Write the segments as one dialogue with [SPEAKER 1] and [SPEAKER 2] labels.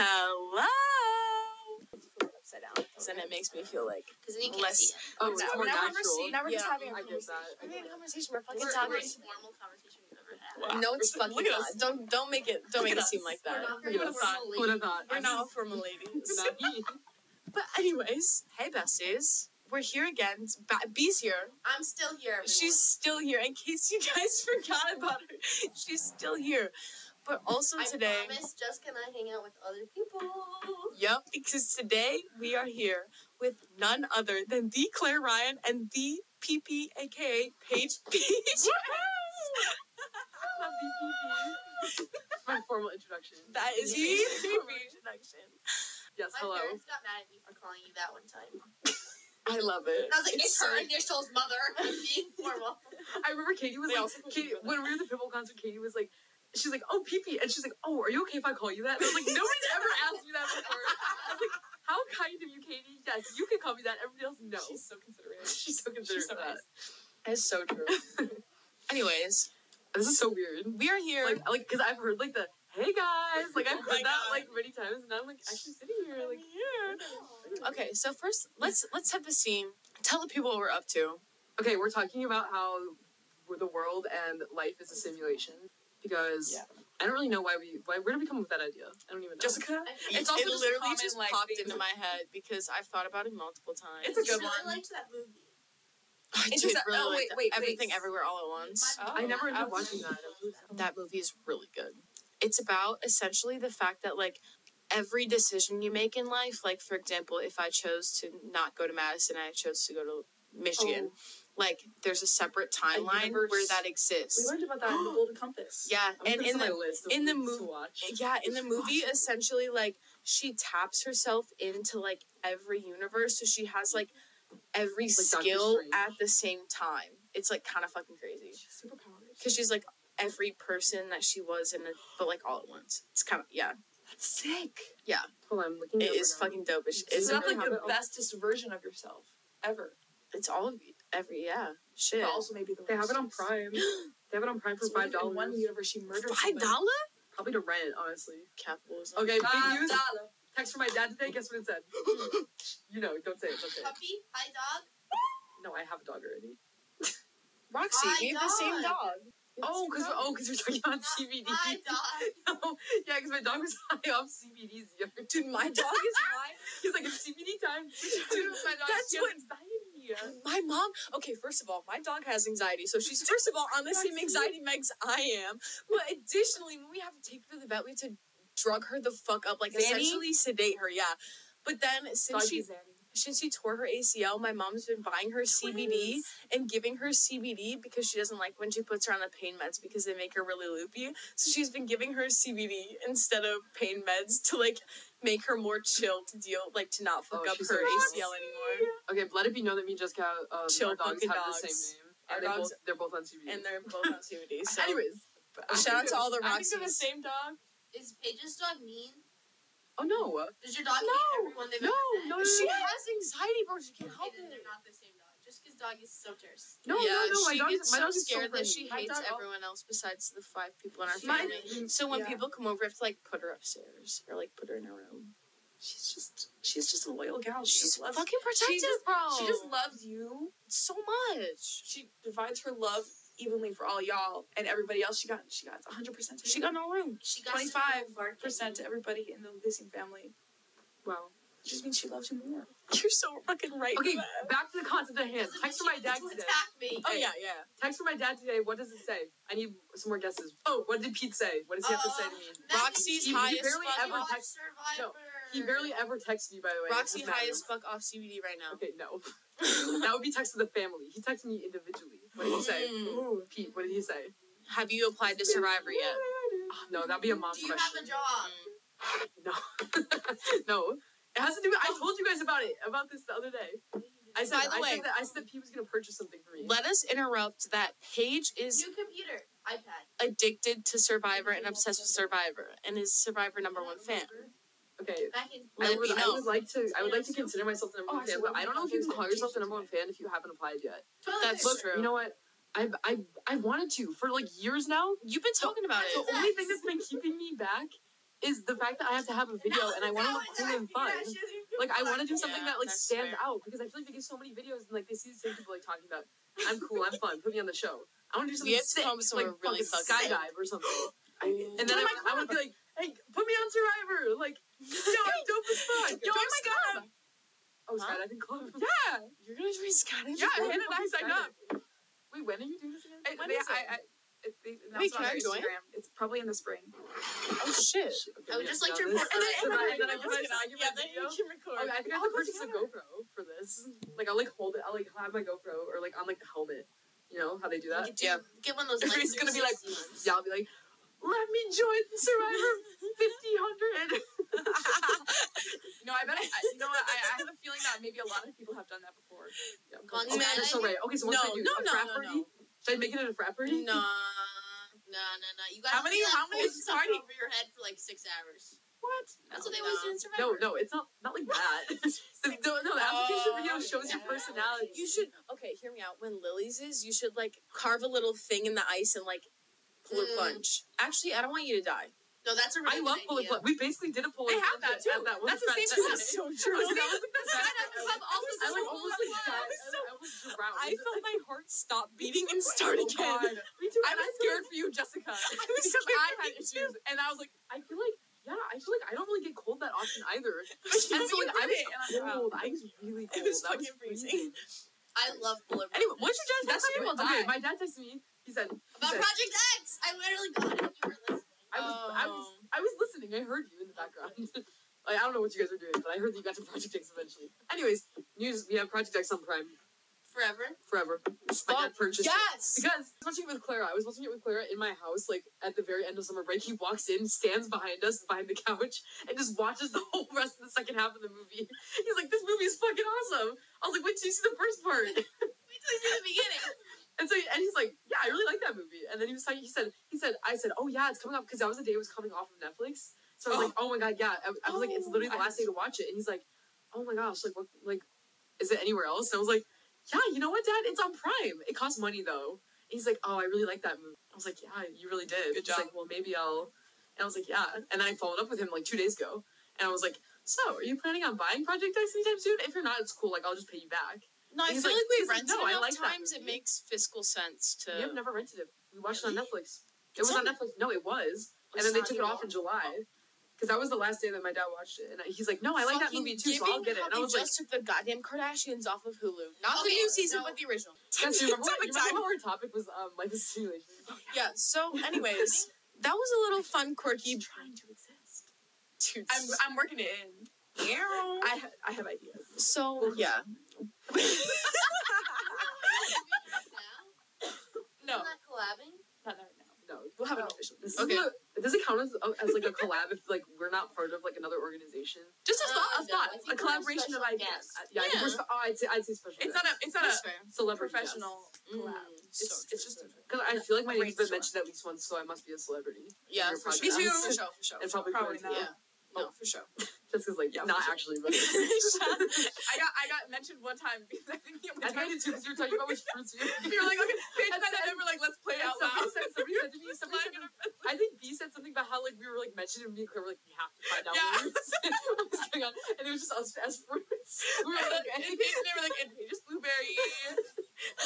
[SPEAKER 1] Hello. Upside down, because then it makes me feel like
[SPEAKER 2] Because then you can't
[SPEAKER 1] less.
[SPEAKER 2] see it.
[SPEAKER 1] Oh,
[SPEAKER 3] it's
[SPEAKER 1] it's
[SPEAKER 3] more
[SPEAKER 1] more
[SPEAKER 3] natural.
[SPEAKER 1] natural.
[SPEAKER 3] Now we're just
[SPEAKER 1] Yeah,
[SPEAKER 3] having a
[SPEAKER 1] I get that. I
[SPEAKER 3] We're
[SPEAKER 1] get
[SPEAKER 3] having a
[SPEAKER 1] that.
[SPEAKER 3] conversation. We're fucking
[SPEAKER 2] It's the
[SPEAKER 3] talking.
[SPEAKER 2] most formal conversation we've ever had.
[SPEAKER 1] Wow.
[SPEAKER 3] No, it's
[SPEAKER 1] We're-
[SPEAKER 3] fucking
[SPEAKER 1] Look at
[SPEAKER 3] not.
[SPEAKER 1] us.
[SPEAKER 3] Don't don't make it don't make
[SPEAKER 1] Look at
[SPEAKER 3] it seem
[SPEAKER 1] us.
[SPEAKER 3] like
[SPEAKER 2] We're
[SPEAKER 3] that.
[SPEAKER 2] not
[SPEAKER 1] Who
[SPEAKER 2] very
[SPEAKER 1] would've thought?
[SPEAKER 2] formal
[SPEAKER 1] Who would have thought?
[SPEAKER 3] We're
[SPEAKER 1] I'm
[SPEAKER 3] not formal ladies.
[SPEAKER 1] Not me.
[SPEAKER 3] But anyways, hey besties, we're here again. It's Ba- Bee's here.
[SPEAKER 2] I'm still here. Everyone.
[SPEAKER 3] She's still here. In case you guys forgot about her, she's still here. But also
[SPEAKER 2] I
[SPEAKER 3] today,
[SPEAKER 2] promise just gonna hang out with other people.
[SPEAKER 3] yep, because today we are here with none other than the Claire Ryan and the PP, aka Paige Peach.
[SPEAKER 1] Love you, Phoebe. My formal introduction.
[SPEAKER 3] that is
[SPEAKER 2] Yeah.
[SPEAKER 3] me. introduction.
[SPEAKER 1] Yes,
[SPEAKER 2] My
[SPEAKER 1] hello.
[SPEAKER 2] parents got mad at me for calling you that one time. And
[SPEAKER 3] I love it.
[SPEAKER 2] I was like, it's, her initials, mother. Being formal.
[SPEAKER 1] I remember Katie was
[SPEAKER 3] They
[SPEAKER 1] like,
[SPEAKER 3] also put
[SPEAKER 1] Katie,
[SPEAKER 3] you in
[SPEAKER 1] when we were at the Pibble concert, Katie was like, she's like, oh, pee pee. And she's like, oh, are you okay if I call you that? And I was like, nobody's ever asked me that before. I was like, how kind of you, Katie. Yes, you can call me that. Everybody else, no.
[SPEAKER 3] She's
[SPEAKER 1] so considerate. She's so considerate.
[SPEAKER 3] so
[SPEAKER 1] of that.
[SPEAKER 3] nice. That's so true. Anyways,
[SPEAKER 1] This is so weird.
[SPEAKER 3] we are here.
[SPEAKER 1] Like, like, because I've heard like the, hey guys. Like, I've
[SPEAKER 3] Oh my
[SPEAKER 1] heard that
[SPEAKER 3] God.
[SPEAKER 1] like many times. And I'm like, actually sitting here. Like,
[SPEAKER 3] okay, so first let's let's set the scene. Tell the people what we're up to.
[SPEAKER 1] okay, we're talking about how the world and life is a simulation. Because
[SPEAKER 3] Yeah.
[SPEAKER 1] I don't really know why we, why, where did we come up with that idea? I don't even know.
[SPEAKER 3] Jessica,
[SPEAKER 1] It's also
[SPEAKER 3] it
[SPEAKER 1] just
[SPEAKER 3] literally
[SPEAKER 1] common,
[SPEAKER 3] just
[SPEAKER 1] like,
[SPEAKER 3] popped
[SPEAKER 1] things-
[SPEAKER 3] into my head because I've thought about it multiple times.
[SPEAKER 1] It's
[SPEAKER 2] I
[SPEAKER 1] a
[SPEAKER 2] really
[SPEAKER 1] good one.
[SPEAKER 2] liked that movie.
[SPEAKER 3] I
[SPEAKER 4] It's
[SPEAKER 3] did
[SPEAKER 4] just that-
[SPEAKER 3] really
[SPEAKER 4] oh,
[SPEAKER 3] like
[SPEAKER 4] wait,
[SPEAKER 3] that.
[SPEAKER 4] wait, wait.
[SPEAKER 3] everything everywhere all at once.
[SPEAKER 2] My
[SPEAKER 4] Oh.
[SPEAKER 2] mom
[SPEAKER 1] I never ended up
[SPEAKER 2] loved
[SPEAKER 1] watching
[SPEAKER 2] that.
[SPEAKER 1] that.
[SPEAKER 3] That movie is really good. It's about essentially the fact that like every decision you make in life, like for example, if I chose to not go to Madison, I chose to go to Michigan. Like there's a separate timeline where
[SPEAKER 1] Oh. universe.
[SPEAKER 3] that exists.
[SPEAKER 4] We learned about that in the Golden Compass.
[SPEAKER 3] Yeah,
[SPEAKER 1] I'm
[SPEAKER 3] and
[SPEAKER 1] gonna
[SPEAKER 3] in
[SPEAKER 1] put this on
[SPEAKER 3] the
[SPEAKER 1] my list of
[SPEAKER 3] in the
[SPEAKER 1] movies
[SPEAKER 3] mov-
[SPEAKER 1] to watch.
[SPEAKER 3] yeah, in the movie essentially like she taps herself into like every universe so she has like every
[SPEAKER 1] Like Doctor
[SPEAKER 3] skill
[SPEAKER 1] Strange.
[SPEAKER 3] at the same time. It's like kind of fucking crazy
[SPEAKER 4] Superpowers.
[SPEAKER 3] cuz she's like every person that she was in a, but like all at once. It's kind of yeah.
[SPEAKER 4] That's sick.
[SPEAKER 1] Hold on, I'm looking.
[SPEAKER 3] It
[SPEAKER 1] it
[SPEAKER 3] is
[SPEAKER 1] up right now.
[SPEAKER 3] fucking dope. It's,
[SPEAKER 4] So
[SPEAKER 3] it's,
[SPEAKER 4] that's like
[SPEAKER 1] have
[SPEAKER 4] the
[SPEAKER 1] it all-
[SPEAKER 4] bestest version of yourself ever.
[SPEAKER 3] it's all of you, every yeah. Shit.
[SPEAKER 4] But also maybe the
[SPEAKER 1] They have it
[SPEAKER 4] worst.
[SPEAKER 1] on Prime. they have it on Prime for
[SPEAKER 4] So what
[SPEAKER 1] five
[SPEAKER 4] if in
[SPEAKER 1] dollars.
[SPEAKER 4] One universe, she murdered.
[SPEAKER 3] $5 dollar?
[SPEAKER 1] Probably to rent, honestly.
[SPEAKER 3] capitalism.
[SPEAKER 1] Okay, big news.
[SPEAKER 4] dollar.
[SPEAKER 1] Text from my dad today. Guess what it said? you know, don't say it. Don't say it.
[SPEAKER 2] Puppy, hi dog.
[SPEAKER 1] No, I have a dog already.
[SPEAKER 3] Roxy,
[SPEAKER 2] My
[SPEAKER 3] we have the same
[SPEAKER 2] dog.
[SPEAKER 3] dog.
[SPEAKER 1] Oh, because oh, because we're talking about
[SPEAKER 2] Not
[SPEAKER 1] CBD.
[SPEAKER 2] Hi dog.
[SPEAKER 1] No, yeah, because my dog was high off CBDs. the other day.
[SPEAKER 3] Dude, my dog is high.
[SPEAKER 1] He's like, it's CBD time. Dude, my dog
[SPEAKER 3] That's
[SPEAKER 1] she has
[SPEAKER 3] what-
[SPEAKER 1] anxiety.
[SPEAKER 3] My mom, okay, first of all, my dog has anxiety. So she's, first of all, on the same anxiety meds I am. But additionally, when we have to take her to the vet, we have to drug her the fuck up, like
[SPEAKER 4] Zanny?
[SPEAKER 3] essentially sedate her, yeah. But then since
[SPEAKER 1] Doggy
[SPEAKER 3] she since she tore her ACL, my mom's been buying her CBD and giving her CBD because she doesn't like when she puts her on the pain meds because they make her really loopy. So she's been giving her CBD instead of pain meds to like make her more chill to deal, like to not fuck
[SPEAKER 1] Oh,
[SPEAKER 3] up her
[SPEAKER 1] she's
[SPEAKER 3] ACL
[SPEAKER 1] so chill.
[SPEAKER 3] anymore.
[SPEAKER 1] Okay, let it be known that me and Jessica, um,
[SPEAKER 3] Chill
[SPEAKER 1] our dogs
[SPEAKER 3] fucking
[SPEAKER 1] have
[SPEAKER 3] dogs.
[SPEAKER 1] the same name.
[SPEAKER 3] Our
[SPEAKER 1] And they
[SPEAKER 3] dogs-
[SPEAKER 1] both, they're both on CBD.
[SPEAKER 3] And they're both on CBD. So
[SPEAKER 1] anyways, but I
[SPEAKER 3] shout
[SPEAKER 1] think
[SPEAKER 3] out
[SPEAKER 1] it
[SPEAKER 3] to all the
[SPEAKER 1] I think they're the
[SPEAKER 3] Roxys.
[SPEAKER 1] same dog.
[SPEAKER 2] Is Paige's dog mean?
[SPEAKER 1] Oh no,
[SPEAKER 2] Does your dog hate
[SPEAKER 1] No.
[SPEAKER 2] everyone they've
[SPEAKER 1] No,
[SPEAKER 2] ever met?
[SPEAKER 1] no, no,
[SPEAKER 3] she
[SPEAKER 1] no.
[SPEAKER 3] has anxiety, bro. She can't
[SPEAKER 2] Okay,
[SPEAKER 3] help
[SPEAKER 2] then
[SPEAKER 3] it.
[SPEAKER 2] they're not the same dog. Just because dog is so terse.
[SPEAKER 1] no,
[SPEAKER 3] yeah,
[SPEAKER 1] no, no. My
[SPEAKER 3] she
[SPEAKER 1] dog,
[SPEAKER 3] gets
[SPEAKER 1] my
[SPEAKER 3] so
[SPEAKER 1] dog is
[SPEAKER 3] scared that she
[SPEAKER 1] friendly. My
[SPEAKER 3] hates
[SPEAKER 1] dog-
[SPEAKER 3] everyone else besides the five people in our
[SPEAKER 2] My-
[SPEAKER 3] family. So when
[SPEAKER 4] Yeah.
[SPEAKER 3] people come over, I have to like put her upstairs or like put her in her room.
[SPEAKER 4] She's just she's just a loyal
[SPEAKER 3] Oh,
[SPEAKER 4] gal. She
[SPEAKER 3] She's
[SPEAKER 4] just loves.
[SPEAKER 3] fucking protective,
[SPEAKER 4] just-
[SPEAKER 3] bro.
[SPEAKER 4] She just loves you.
[SPEAKER 3] so much.
[SPEAKER 4] She divides her love evenly for all y'all and everybody else. She got she got 100 percent.
[SPEAKER 3] She got no room.
[SPEAKER 2] She got
[SPEAKER 4] 25
[SPEAKER 2] some barking.
[SPEAKER 4] percent to everybody in the Lissing family.
[SPEAKER 1] Wow.
[SPEAKER 4] It just means she loves you more.
[SPEAKER 3] You're so fucking right.
[SPEAKER 1] Okay,
[SPEAKER 3] Beth.
[SPEAKER 1] back to the concept at hand.
[SPEAKER 2] Doesn't
[SPEAKER 1] Text from
[SPEAKER 2] mean
[SPEAKER 1] my
[SPEAKER 2] she
[SPEAKER 1] dad
[SPEAKER 2] wants to
[SPEAKER 1] today.
[SPEAKER 2] attack me.
[SPEAKER 3] Oh yeah, yeah.
[SPEAKER 1] Text from my dad today. What does it say? I need some more guesses. Oh, what did Pete say? What does he have to say to me?
[SPEAKER 2] That
[SPEAKER 3] Roxy's
[SPEAKER 2] means you
[SPEAKER 3] high as
[SPEAKER 2] barely
[SPEAKER 3] fuck.
[SPEAKER 2] ever
[SPEAKER 1] Watch
[SPEAKER 2] text- Survivor.
[SPEAKER 1] He barely ever texts me, by the way.
[SPEAKER 3] Uh, Roxy
[SPEAKER 1] Doesn't matter.
[SPEAKER 3] high as fuck off CBD right now.
[SPEAKER 1] Okay, no. that would be text to the family. He texted me individually. What did he say?
[SPEAKER 3] Mm.
[SPEAKER 1] Ooh, Pete, what did he say?
[SPEAKER 3] Have you applied to Survivor yet? Mm.
[SPEAKER 1] Ah, no, that'd be a mom
[SPEAKER 2] Do you have
[SPEAKER 1] question.
[SPEAKER 2] a job?
[SPEAKER 1] No. no. It has to do with, I told you guys about it, about this the other day. I said,
[SPEAKER 3] By the
[SPEAKER 1] I,
[SPEAKER 3] way-
[SPEAKER 1] said that, I said that he was going to purchase something for me.
[SPEAKER 3] Let us interrupt that Paige is
[SPEAKER 2] New computer, iPad.
[SPEAKER 3] addicted to Survivor and obsessed with Survivor and is Survivor number one fan.
[SPEAKER 1] okay.
[SPEAKER 2] Back in.
[SPEAKER 3] Let
[SPEAKER 1] I
[SPEAKER 3] it
[SPEAKER 1] would,
[SPEAKER 3] be
[SPEAKER 1] I
[SPEAKER 3] known.
[SPEAKER 1] would like to I would like to consider myself the number
[SPEAKER 4] Oh,
[SPEAKER 1] one
[SPEAKER 4] so
[SPEAKER 1] fan,
[SPEAKER 4] what
[SPEAKER 1] but
[SPEAKER 4] we
[SPEAKER 1] I don't know
[SPEAKER 4] have
[SPEAKER 1] if you
[SPEAKER 4] is
[SPEAKER 1] can call
[SPEAKER 4] they
[SPEAKER 1] yourself the
[SPEAKER 4] change
[SPEAKER 1] number one
[SPEAKER 4] it.
[SPEAKER 1] fan if you haven't applied yet.
[SPEAKER 3] That's
[SPEAKER 2] Toilet
[SPEAKER 3] true.
[SPEAKER 1] You know what? I've I I wanted to for like years now.
[SPEAKER 3] You've been talking about
[SPEAKER 1] The
[SPEAKER 3] it.
[SPEAKER 2] Yes.
[SPEAKER 1] only thing that's been keeping me back is the fact that I have to have a video and I want to look cool and fun. Like I want to do something
[SPEAKER 3] Yeah,
[SPEAKER 1] that like
[SPEAKER 3] that's
[SPEAKER 1] stands
[SPEAKER 3] fair.
[SPEAKER 1] out because I feel like they get so many videos and like they see the same people like talking about I'm cool, I'm fun, put me on the show. I want to do
[SPEAKER 3] We
[SPEAKER 1] something
[SPEAKER 3] have to
[SPEAKER 1] sick,
[SPEAKER 3] come up with
[SPEAKER 1] like
[SPEAKER 3] somewhere really
[SPEAKER 1] fucking
[SPEAKER 3] fucking sick.
[SPEAKER 1] skydive or something. And then
[SPEAKER 3] Oh my
[SPEAKER 1] I, I would be like, hey, put me on Survivor. Like, yo, I'm dope as fuck.
[SPEAKER 3] Yo,
[SPEAKER 1] Join
[SPEAKER 3] I'm
[SPEAKER 1] my
[SPEAKER 3] Scott.
[SPEAKER 1] club. Oh,
[SPEAKER 3] Huh?
[SPEAKER 1] skydiving club.
[SPEAKER 4] Yeah.
[SPEAKER 3] You're gonna join Scottish?
[SPEAKER 4] Yeah,
[SPEAKER 1] Oh,
[SPEAKER 4] Hannah and I
[SPEAKER 1] fucking
[SPEAKER 4] signed up.
[SPEAKER 1] skydiving. Wait, when are you doing this again?
[SPEAKER 4] I,
[SPEAKER 3] When
[SPEAKER 4] they,
[SPEAKER 3] is it?
[SPEAKER 4] I, I, it, they announced
[SPEAKER 3] Wait, can
[SPEAKER 4] it on
[SPEAKER 3] I
[SPEAKER 4] their
[SPEAKER 3] join?
[SPEAKER 4] Instagram. It's probably in the spring.
[SPEAKER 3] Oh shit.
[SPEAKER 2] I
[SPEAKER 1] Okay,
[SPEAKER 2] would
[SPEAKER 1] we
[SPEAKER 2] just
[SPEAKER 1] have
[SPEAKER 2] like
[SPEAKER 1] do
[SPEAKER 2] to report-
[SPEAKER 1] this. And then- and then-
[SPEAKER 2] Survivor,
[SPEAKER 1] and then I put my document
[SPEAKER 3] Yeah, then
[SPEAKER 1] video.
[SPEAKER 3] you can record.
[SPEAKER 1] Oh, I think I have
[SPEAKER 4] All
[SPEAKER 1] to purchase a
[SPEAKER 4] together.
[SPEAKER 1] GoPro for this. Like I'll like hold it, I'll like have my GoPro or like on like the helmet. You know how they do that?
[SPEAKER 2] Get- Get one of those.
[SPEAKER 1] It's gonna be like,
[SPEAKER 2] 360 ones.
[SPEAKER 1] Yeah, I'll be like, let me join Survivor 5000.
[SPEAKER 4] No, I bet I, I you know what, I, I have a feeling that maybe a lot of people have done that before.
[SPEAKER 1] Yeah, I'm
[SPEAKER 2] Long
[SPEAKER 1] coming.
[SPEAKER 3] Man,
[SPEAKER 1] okay, that's
[SPEAKER 2] I-
[SPEAKER 1] so right. Okay, so
[SPEAKER 3] no,
[SPEAKER 1] once I
[SPEAKER 3] no,
[SPEAKER 1] do a
[SPEAKER 3] no,
[SPEAKER 1] frat
[SPEAKER 3] no,
[SPEAKER 1] party,
[SPEAKER 3] no.
[SPEAKER 1] should I make it at a frat party?
[SPEAKER 3] No.
[SPEAKER 2] No, no, no. You got
[SPEAKER 4] How many- how many
[SPEAKER 2] Something
[SPEAKER 4] party-
[SPEAKER 2] over your head for like six hours.
[SPEAKER 1] What?
[SPEAKER 2] That's what they always do in
[SPEAKER 1] No,
[SPEAKER 2] Survivor.
[SPEAKER 1] no, it's not not like that. The- no, no, the application
[SPEAKER 3] Oh,
[SPEAKER 1] video shows your
[SPEAKER 2] yeah.
[SPEAKER 1] personality.
[SPEAKER 3] You should okay, hear me out. When Lily's is, you should like carve a little thing in the ice and like pull
[SPEAKER 2] Mm.
[SPEAKER 3] a punch. Actually, I don't want you to die.
[SPEAKER 2] No, that's a really
[SPEAKER 1] I love
[SPEAKER 2] good
[SPEAKER 1] bullet
[SPEAKER 2] idea.
[SPEAKER 1] club. We basically did a bullet
[SPEAKER 4] They
[SPEAKER 1] club
[SPEAKER 4] have that
[SPEAKER 1] at-
[SPEAKER 4] too.
[SPEAKER 1] at that one
[SPEAKER 4] That's the
[SPEAKER 1] frat
[SPEAKER 4] same
[SPEAKER 1] that-
[SPEAKER 4] thing.
[SPEAKER 3] so
[SPEAKER 1] I was
[SPEAKER 4] That
[SPEAKER 1] like,
[SPEAKER 4] the
[SPEAKER 1] I-
[SPEAKER 4] sign-up club also
[SPEAKER 1] I like
[SPEAKER 4] says-
[SPEAKER 1] almost like died.
[SPEAKER 4] I was so-
[SPEAKER 1] I was drowned.
[SPEAKER 3] I felt my heart stop beating and start
[SPEAKER 1] Oh
[SPEAKER 3] again.
[SPEAKER 1] God. Me too.
[SPEAKER 4] I
[SPEAKER 1] and
[SPEAKER 4] was
[SPEAKER 1] feel
[SPEAKER 4] scared for you, Jessica.
[SPEAKER 3] was
[SPEAKER 4] because
[SPEAKER 3] scared
[SPEAKER 4] I
[SPEAKER 3] for
[SPEAKER 4] had
[SPEAKER 3] you
[SPEAKER 4] issues, and I was like,
[SPEAKER 1] I feel like yeah, I feel like I don't really get cold that often either.
[SPEAKER 3] But you-
[SPEAKER 1] and so
[SPEAKER 3] you
[SPEAKER 1] like
[SPEAKER 3] did
[SPEAKER 1] I was
[SPEAKER 3] it,
[SPEAKER 4] and I'm
[SPEAKER 1] cold. I was really
[SPEAKER 3] was
[SPEAKER 1] cold. that was
[SPEAKER 3] fucking freezing.
[SPEAKER 2] I love bullet
[SPEAKER 4] anyway, once you judge,
[SPEAKER 1] That's
[SPEAKER 4] that's how people
[SPEAKER 1] okay,
[SPEAKER 4] die.
[SPEAKER 1] my dad texted me. He said
[SPEAKER 2] About Project X, I literally got it. You were listening.
[SPEAKER 1] I was I was
[SPEAKER 2] Oh.
[SPEAKER 1] I was listening. I heard you in the background. like I don't know what you guys are doing, but I heard that you got to Project X eventually. Anyways, news we have Project X on Prime
[SPEAKER 2] forever.
[SPEAKER 1] forever. My
[SPEAKER 3] Oh,
[SPEAKER 1] dad purchased it.
[SPEAKER 3] Yes.
[SPEAKER 1] Because I was watching it with Clara. I was watching it with Clara in my house, like at the very end of summer break. He walks in, stands behind us, behind the couch, and just watches the whole rest of the second half of the movie. He's like, This movie is fucking awesome. I was like, Wait till you see the first part.
[SPEAKER 2] Wait till you see the beginning.
[SPEAKER 1] And so and he's like, Yeah, I really like that movie. And then he was talking, he said, he said, I said, Oh yeah, it's coming up because that was the day it was coming off of Netflix. So I was like, Oh my god, yeah. I, I was like, it's literally the
[SPEAKER 4] Oh, I-
[SPEAKER 1] last day to watch it. And he's like, Oh my gosh, like what like is it anywhere else? And I was like, Yeah, you know what, Dad? It's on Prime. It costs money though. And he's like, Oh, I really like that movie. I was like, Yeah, you really did.
[SPEAKER 4] Good
[SPEAKER 1] He's
[SPEAKER 4] job.
[SPEAKER 1] like, Well, maybe I'll and I was like, Yeah. And then I followed up with him like two days ago. And I was like, So, are you planning on buying Project X anytime soon? If you're not, it's cool, like I'll just pay you back.
[SPEAKER 3] No, I
[SPEAKER 1] He's
[SPEAKER 3] feel
[SPEAKER 1] like,
[SPEAKER 3] like, we
[SPEAKER 1] he's like,
[SPEAKER 3] rented
[SPEAKER 1] "No, I
[SPEAKER 3] enough
[SPEAKER 1] like that
[SPEAKER 3] times. It
[SPEAKER 1] movie."
[SPEAKER 3] makes fiscal sense to.
[SPEAKER 1] We have never rented it. We watched it on Netflix. It
[SPEAKER 3] It's
[SPEAKER 1] was on
[SPEAKER 3] on-
[SPEAKER 1] Netflix. No, it
[SPEAKER 3] It's
[SPEAKER 1] was. and then they
[SPEAKER 3] not
[SPEAKER 1] took it off in July. Because that was the last day that my dad watched it. And I- he's like, no, I like that
[SPEAKER 3] Fucking
[SPEAKER 1] movie too, so I'll
[SPEAKER 3] giving
[SPEAKER 1] get it.
[SPEAKER 3] how
[SPEAKER 1] And I
[SPEAKER 3] they
[SPEAKER 1] was like, Oh,
[SPEAKER 3] just took the goddamn Kardashians off of Hulu. Not the
[SPEAKER 2] Okay,
[SPEAKER 3] new season,
[SPEAKER 2] no.
[SPEAKER 3] but the original.
[SPEAKER 1] that's you remember,
[SPEAKER 4] Topic
[SPEAKER 1] you remember
[SPEAKER 4] time.
[SPEAKER 1] how our topic was um, life is simulation.
[SPEAKER 3] Yeah. So, anyways, that was a little fun, quirky.
[SPEAKER 1] trying to exist.
[SPEAKER 3] Dude.
[SPEAKER 4] I'm, I'm working it in.
[SPEAKER 1] I, ha- I have ideas.
[SPEAKER 3] So yeah.
[SPEAKER 2] Now?
[SPEAKER 4] No,
[SPEAKER 2] Isn't that collabing?
[SPEAKER 4] not right now.
[SPEAKER 1] No, we'll have an
[SPEAKER 2] Oh.
[SPEAKER 1] official. This
[SPEAKER 3] Okay.
[SPEAKER 1] okay. does it count as, as like a collab if like we're not part of like another organization?
[SPEAKER 4] Just a
[SPEAKER 2] No,
[SPEAKER 4] thought,
[SPEAKER 2] Uh,
[SPEAKER 4] a
[SPEAKER 2] no, I
[SPEAKER 4] thought, a
[SPEAKER 2] think we're
[SPEAKER 4] collaboration of
[SPEAKER 2] special
[SPEAKER 4] ideas.
[SPEAKER 2] guests.
[SPEAKER 1] Uh, yeah, I think we're spe- oh, I'd say, I'd say special.
[SPEAKER 4] It's not a, it's not
[SPEAKER 3] That's
[SPEAKER 4] a
[SPEAKER 3] fair.
[SPEAKER 1] celebrity
[SPEAKER 4] professional collab.
[SPEAKER 3] Mm,
[SPEAKER 4] It's,
[SPEAKER 3] so
[SPEAKER 4] it's just.
[SPEAKER 1] Because I feel like my name's been
[SPEAKER 3] Brainstorm.
[SPEAKER 1] mentioned at least once, so I must be a celebrity.
[SPEAKER 3] yeah.
[SPEAKER 1] Your
[SPEAKER 3] For sure.
[SPEAKER 1] podcast. Me too.
[SPEAKER 3] For sure. For sure.
[SPEAKER 1] And probably,
[SPEAKER 4] Probably
[SPEAKER 1] friends,
[SPEAKER 4] not.
[SPEAKER 1] yeah.
[SPEAKER 3] No, for sure.
[SPEAKER 1] Just because like
[SPEAKER 4] Yeah,
[SPEAKER 1] not
[SPEAKER 4] for
[SPEAKER 1] actually, but
[SPEAKER 4] I got I got mentioned one time because I think the
[SPEAKER 1] I tried
[SPEAKER 4] only time
[SPEAKER 1] it too because you were talking about which fruits you.
[SPEAKER 4] you were like, okay, page
[SPEAKER 1] And
[SPEAKER 4] nine, and
[SPEAKER 1] then-
[SPEAKER 4] then we're like, let's play it
[SPEAKER 1] And
[SPEAKER 4] out
[SPEAKER 1] somebody
[SPEAKER 4] loud.
[SPEAKER 1] said, somebody said to me, somebody said to me, I think B said something about how like we were like mentioning me and Claire were like we have to find out
[SPEAKER 4] Yeah.
[SPEAKER 1] what, was, what was going on, and it was just us as fruits. We were
[SPEAKER 4] And
[SPEAKER 1] like,
[SPEAKER 4] then- and
[SPEAKER 1] okay.
[SPEAKER 4] page they were like, and pages blueberry. And I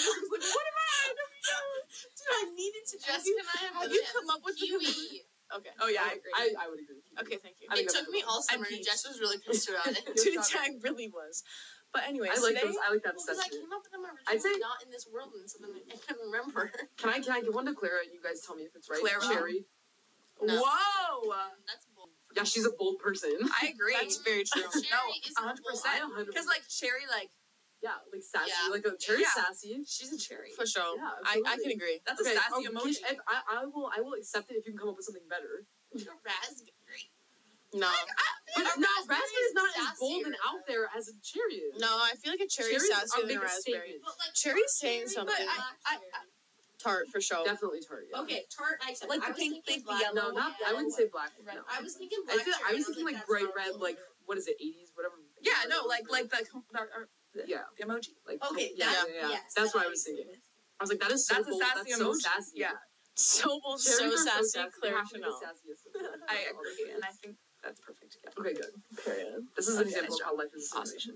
[SPEAKER 4] was like, what am I? I don't know.
[SPEAKER 3] Dude, I needed to
[SPEAKER 2] Jessica and I have,
[SPEAKER 3] have
[SPEAKER 2] the
[SPEAKER 3] you
[SPEAKER 2] best.
[SPEAKER 3] come up with the
[SPEAKER 2] Kiwi.
[SPEAKER 3] Okay.
[SPEAKER 4] Oh yeah, I agree.
[SPEAKER 1] I, I would agree. With you.
[SPEAKER 3] Okay. Thank you.
[SPEAKER 1] I
[SPEAKER 2] It
[SPEAKER 1] think
[SPEAKER 2] took
[SPEAKER 1] that's
[SPEAKER 2] me all
[SPEAKER 3] I'm
[SPEAKER 2] summer. and
[SPEAKER 3] peeved.
[SPEAKER 2] Jess was really pissed about it.
[SPEAKER 1] Good
[SPEAKER 3] Dude,
[SPEAKER 1] job.
[SPEAKER 3] I really was. But anyway,
[SPEAKER 1] I like
[SPEAKER 3] today,
[SPEAKER 1] those. I like that
[SPEAKER 2] Because I came
[SPEAKER 1] assessment.
[SPEAKER 2] up with them originally,
[SPEAKER 1] I'd say-
[SPEAKER 2] not in this world, and so then I can remember.
[SPEAKER 1] Can I can I give one to Clara? You guys tell me if it's right.
[SPEAKER 3] Clara?
[SPEAKER 1] Cherry.
[SPEAKER 2] No.
[SPEAKER 4] Whoa.
[SPEAKER 2] That's bull.
[SPEAKER 1] Yeah, she's a bold person.
[SPEAKER 4] I agree.
[SPEAKER 3] That's very true.
[SPEAKER 2] Sherry is
[SPEAKER 1] A hundred percent.
[SPEAKER 4] Because like Sherry, like
[SPEAKER 1] yeah, Oh, like sassy,
[SPEAKER 2] Yeah.
[SPEAKER 1] like a cherry
[SPEAKER 4] Yeah.
[SPEAKER 1] sassy.
[SPEAKER 4] she's a cherry.
[SPEAKER 3] For sure.
[SPEAKER 1] Yeah,
[SPEAKER 3] I, I
[SPEAKER 1] absolutely.
[SPEAKER 3] can agree.
[SPEAKER 4] That's a sassy
[SPEAKER 1] um,
[SPEAKER 4] emoji.
[SPEAKER 1] If I, I will I will accept it if you can come up with something better.
[SPEAKER 2] a raspberry.
[SPEAKER 3] No.
[SPEAKER 1] But
[SPEAKER 2] a
[SPEAKER 1] no,
[SPEAKER 2] raspberry
[SPEAKER 1] raspberry is not
[SPEAKER 2] is
[SPEAKER 1] as bold and
[SPEAKER 2] sassier,
[SPEAKER 1] out there as a cherry is.
[SPEAKER 3] No, I feel like a cherry
[SPEAKER 1] Cherries
[SPEAKER 3] sassier
[SPEAKER 1] are
[SPEAKER 3] than a
[SPEAKER 1] big
[SPEAKER 3] raspberry.
[SPEAKER 1] statement.
[SPEAKER 2] But like
[SPEAKER 3] Cherry's
[SPEAKER 2] tart
[SPEAKER 3] saying
[SPEAKER 2] cherry,
[SPEAKER 3] something.
[SPEAKER 2] but I- I- I-
[SPEAKER 3] Tart for sure.
[SPEAKER 1] Definitely Target.
[SPEAKER 2] okay, tart. I accept.
[SPEAKER 3] Like the
[SPEAKER 2] I was
[SPEAKER 3] pink, pink,
[SPEAKER 2] thinking
[SPEAKER 3] the
[SPEAKER 2] black
[SPEAKER 3] yellow,
[SPEAKER 2] cherry.
[SPEAKER 1] No, not.
[SPEAKER 2] Yeah,
[SPEAKER 1] I wouldn't say black. No.
[SPEAKER 2] I was thinking
[SPEAKER 1] I,
[SPEAKER 2] black.
[SPEAKER 1] feel, I
[SPEAKER 2] cherry,
[SPEAKER 1] was
[SPEAKER 2] and
[SPEAKER 1] thinking
[SPEAKER 2] like,
[SPEAKER 1] like
[SPEAKER 2] that's
[SPEAKER 1] bright
[SPEAKER 2] not
[SPEAKER 1] red,
[SPEAKER 2] bull.
[SPEAKER 1] like what is it, eighties, whatever.
[SPEAKER 4] Yeah, no, like like the our, our,
[SPEAKER 1] yeah,
[SPEAKER 4] the emoji.
[SPEAKER 1] like
[SPEAKER 2] Okay,
[SPEAKER 1] yeah,
[SPEAKER 2] that-
[SPEAKER 1] yeah, yeah.
[SPEAKER 2] yes,
[SPEAKER 1] That's
[SPEAKER 2] that
[SPEAKER 1] what I
[SPEAKER 2] I
[SPEAKER 1] was
[SPEAKER 2] agree
[SPEAKER 1] thinking.
[SPEAKER 2] with.
[SPEAKER 1] I was like, that is so
[SPEAKER 4] That's a
[SPEAKER 1] bold.
[SPEAKER 4] sassy
[SPEAKER 1] That's so
[SPEAKER 4] emoji.
[SPEAKER 1] sassy.
[SPEAKER 4] Yeah.
[SPEAKER 3] So bold,
[SPEAKER 1] Cherries
[SPEAKER 3] so
[SPEAKER 1] are
[SPEAKER 3] sassy,
[SPEAKER 1] sassy. They
[SPEAKER 3] Claire
[SPEAKER 1] have to be
[SPEAKER 3] Chanel.
[SPEAKER 1] sassiest of them.
[SPEAKER 4] I agree, and I think that's perfect. Yeah.
[SPEAKER 1] Okay, good. Period. This is an
[SPEAKER 4] Okay,
[SPEAKER 1] example
[SPEAKER 4] nice
[SPEAKER 1] of how life is a
[SPEAKER 4] Awesome.
[SPEAKER 1] simulation.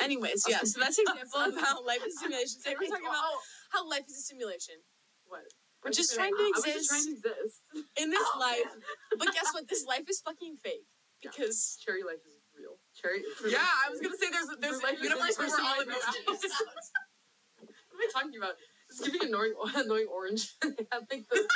[SPEAKER 3] Anyways, yeah. So that's an example of how life is a simulation. Today we're talking about
[SPEAKER 4] Oh,
[SPEAKER 3] how life is a simulation.
[SPEAKER 1] What?
[SPEAKER 3] We're
[SPEAKER 1] I'm
[SPEAKER 3] just
[SPEAKER 1] saying,
[SPEAKER 3] trying to
[SPEAKER 1] I- I was
[SPEAKER 3] exist
[SPEAKER 1] just trying to exist.
[SPEAKER 3] in this
[SPEAKER 4] Oh,
[SPEAKER 3] life. But guess what? This life is fucking fake
[SPEAKER 1] Yeah.
[SPEAKER 3] because
[SPEAKER 1] Cherry life is real. Cherry.
[SPEAKER 4] yeah, I was gonna say there's a, there's
[SPEAKER 1] Your life
[SPEAKER 4] a
[SPEAKER 1] is
[SPEAKER 4] universe where we're
[SPEAKER 1] impersonal
[SPEAKER 4] all in
[SPEAKER 1] right
[SPEAKER 4] this.
[SPEAKER 1] now. What am I talking about? It's giving annoying, annoying orange. they have like the,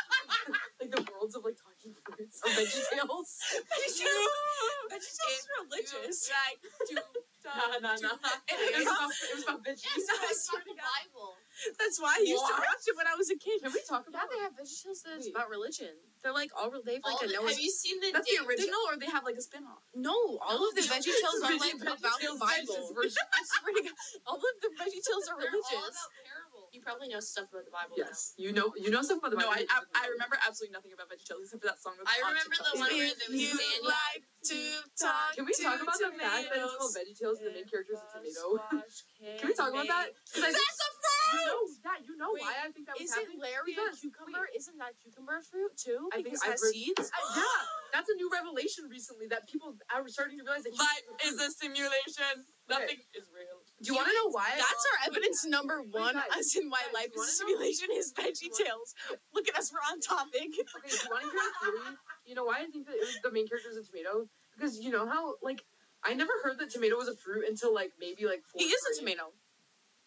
[SPEAKER 1] like the worlds of like talking fruits or veggie tales.
[SPEAKER 3] vegetables are religious.
[SPEAKER 4] Like, do, da,
[SPEAKER 1] Nah, nah,
[SPEAKER 4] do-
[SPEAKER 1] nah. It was about, it was about veggies.
[SPEAKER 2] Yes,
[SPEAKER 3] I
[SPEAKER 2] it's
[SPEAKER 3] swear
[SPEAKER 2] from the Bible.
[SPEAKER 3] That's why I used to
[SPEAKER 1] What?
[SPEAKER 3] watch it when I was a kid.
[SPEAKER 1] Can we talk
[SPEAKER 3] Yeah,
[SPEAKER 1] about
[SPEAKER 3] they have vegetables that's
[SPEAKER 1] Wait.
[SPEAKER 3] about religion. They're like all re- they have like
[SPEAKER 2] All
[SPEAKER 3] a
[SPEAKER 2] the-
[SPEAKER 3] Noah's.
[SPEAKER 2] have you seen the
[SPEAKER 4] That's
[SPEAKER 2] Dave-
[SPEAKER 4] the original, or they have like a spin-off.
[SPEAKER 3] No, all
[SPEAKER 2] No,
[SPEAKER 3] of the
[SPEAKER 2] they-
[SPEAKER 3] Veggie Tales are like
[SPEAKER 1] Veggie- Veggie
[SPEAKER 3] about the
[SPEAKER 1] Tales,
[SPEAKER 3] Bible.
[SPEAKER 1] veggies,
[SPEAKER 3] I swear to God, all of the Veggie Tales are
[SPEAKER 2] They're all
[SPEAKER 3] religious.
[SPEAKER 2] about parable. You probably know stuff about the Bible. now.
[SPEAKER 1] Yes, you know, you know something about the
[SPEAKER 4] No,
[SPEAKER 1] Bible.
[SPEAKER 4] I,
[SPEAKER 1] you
[SPEAKER 4] I
[SPEAKER 1] just don't
[SPEAKER 4] I
[SPEAKER 1] know.
[SPEAKER 4] remember absolutely nothing about VeggieTales except for that song. That's
[SPEAKER 2] I
[SPEAKER 4] on
[SPEAKER 2] remember
[SPEAKER 4] TikTok.
[SPEAKER 2] the one where
[SPEAKER 3] If
[SPEAKER 2] there was
[SPEAKER 3] you
[SPEAKER 2] Daniel.
[SPEAKER 3] like to talk
[SPEAKER 1] Can we talk
[SPEAKER 3] to
[SPEAKER 1] about the fact that it's
[SPEAKER 3] tomatoes
[SPEAKER 1] called Veggie Tales and the main character is a
[SPEAKER 3] and
[SPEAKER 1] tomato?
[SPEAKER 3] squash
[SPEAKER 1] Can we talk about that?
[SPEAKER 3] cake.
[SPEAKER 1] 'Cause I
[SPEAKER 2] That's a
[SPEAKER 1] you
[SPEAKER 2] fruit.
[SPEAKER 1] know, yeah, you know
[SPEAKER 3] Wait,
[SPEAKER 1] why I think that was
[SPEAKER 3] Isn't
[SPEAKER 1] happening.
[SPEAKER 3] Larry a
[SPEAKER 1] Because-
[SPEAKER 3] cucumber? Isn't that cucumber fruit too?
[SPEAKER 1] I think
[SPEAKER 3] Because it
[SPEAKER 1] I've
[SPEAKER 3] has
[SPEAKER 1] read-
[SPEAKER 3] seeds.
[SPEAKER 1] I, yeah, that's a new revelation recently that people are starting to realize that.
[SPEAKER 4] Life is a simulation. Nothing is real.
[SPEAKER 1] Do you want to know why? I-
[SPEAKER 3] That's our evidence number one
[SPEAKER 1] guys,
[SPEAKER 3] as in why
[SPEAKER 1] guys,
[SPEAKER 3] life
[SPEAKER 1] you
[SPEAKER 3] is a
[SPEAKER 1] wanna know-
[SPEAKER 3] simulation is Veggie
[SPEAKER 1] wanna-
[SPEAKER 3] Tales. Look at us, we're on topic.
[SPEAKER 1] Okay, do you want to hear a theory? You know why I think that it was the main character is a tomato? Because you know how like I never heard that tomato was a fruit until like maybe like.
[SPEAKER 3] He
[SPEAKER 1] fourth
[SPEAKER 3] is a
[SPEAKER 1] grade.
[SPEAKER 3] tomato.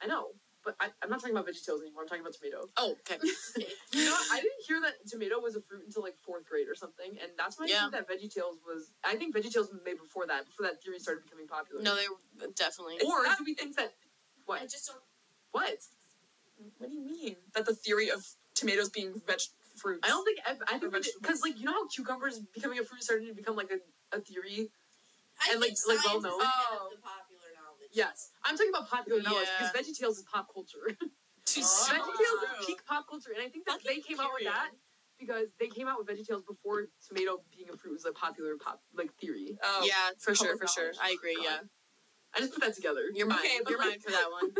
[SPEAKER 1] I know, but I, I'm not talking about VeggieTales anymore. I'm talking about tomato.
[SPEAKER 3] Oh, okay.
[SPEAKER 1] You know, I didn't hear that tomato was a fruit until like fourth grade or something, and that's when
[SPEAKER 3] Yeah.
[SPEAKER 1] I think that VeggieTales was. I think VeggieTales was made before that, before that theory started becoming popular.
[SPEAKER 3] No, they definitely.
[SPEAKER 1] or
[SPEAKER 4] It's not-
[SPEAKER 1] do we think that
[SPEAKER 2] I
[SPEAKER 1] what
[SPEAKER 2] just don't.
[SPEAKER 1] what?
[SPEAKER 4] What do you mean? That the theory of tomatoes being veg fruits.
[SPEAKER 1] I don't think I, I think
[SPEAKER 4] Or
[SPEAKER 1] because like you know how cucumbers becoming a fruit started to become like a, a theory.
[SPEAKER 2] I
[SPEAKER 1] And, like-
[SPEAKER 2] think
[SPEAKER 1] like,
[SPEAKER 2] science
[SPEAKER 1] well-known.
[SPEAKER 2] is ahead
[SPEAKER 4] Oh.
[SPEAKER 2] of the popular knowledge.
[SPEAKER 1] Yes, I'm talking about popular knowledge
[SPEAKER 3] Yeah.
[SPEAKER 1] because VeggieTales is pop culture.
[SPEAKER 3] Too
[SPEAKER 4] Oh.
[SPEAKER 3] soon.
[SPEAKER 1] VeggieTales
[SPEAKER 4] True.
[SPEAKER 1] is peak pop culture, and I think that they
[SPEAKER 3] Fucking
[SPEAKER 1] came out with
[SPEAKER 3] period.
[SPEAKER 1] that because they came out with VeggieTales before tomato being a fruit was a popular pop like theory.
[SPEAKER 4] Oh.
[SPEAKER 3] Yeah, for sure,
[SPEAKER 1] Public
[SPEAKER 3] for sure.
[SPEAKER 1] knowledge.
[SPEAKER 3] I agree. Yeah,
[SPEAKER 1] God. I just put that together.
[SPEAKER 3] you're mine.
[SPEAKER 4] Okay, but
[SPEAKER 3] you're
[SPEAKER 4] like-
[SPEAKER 3] mine for that one.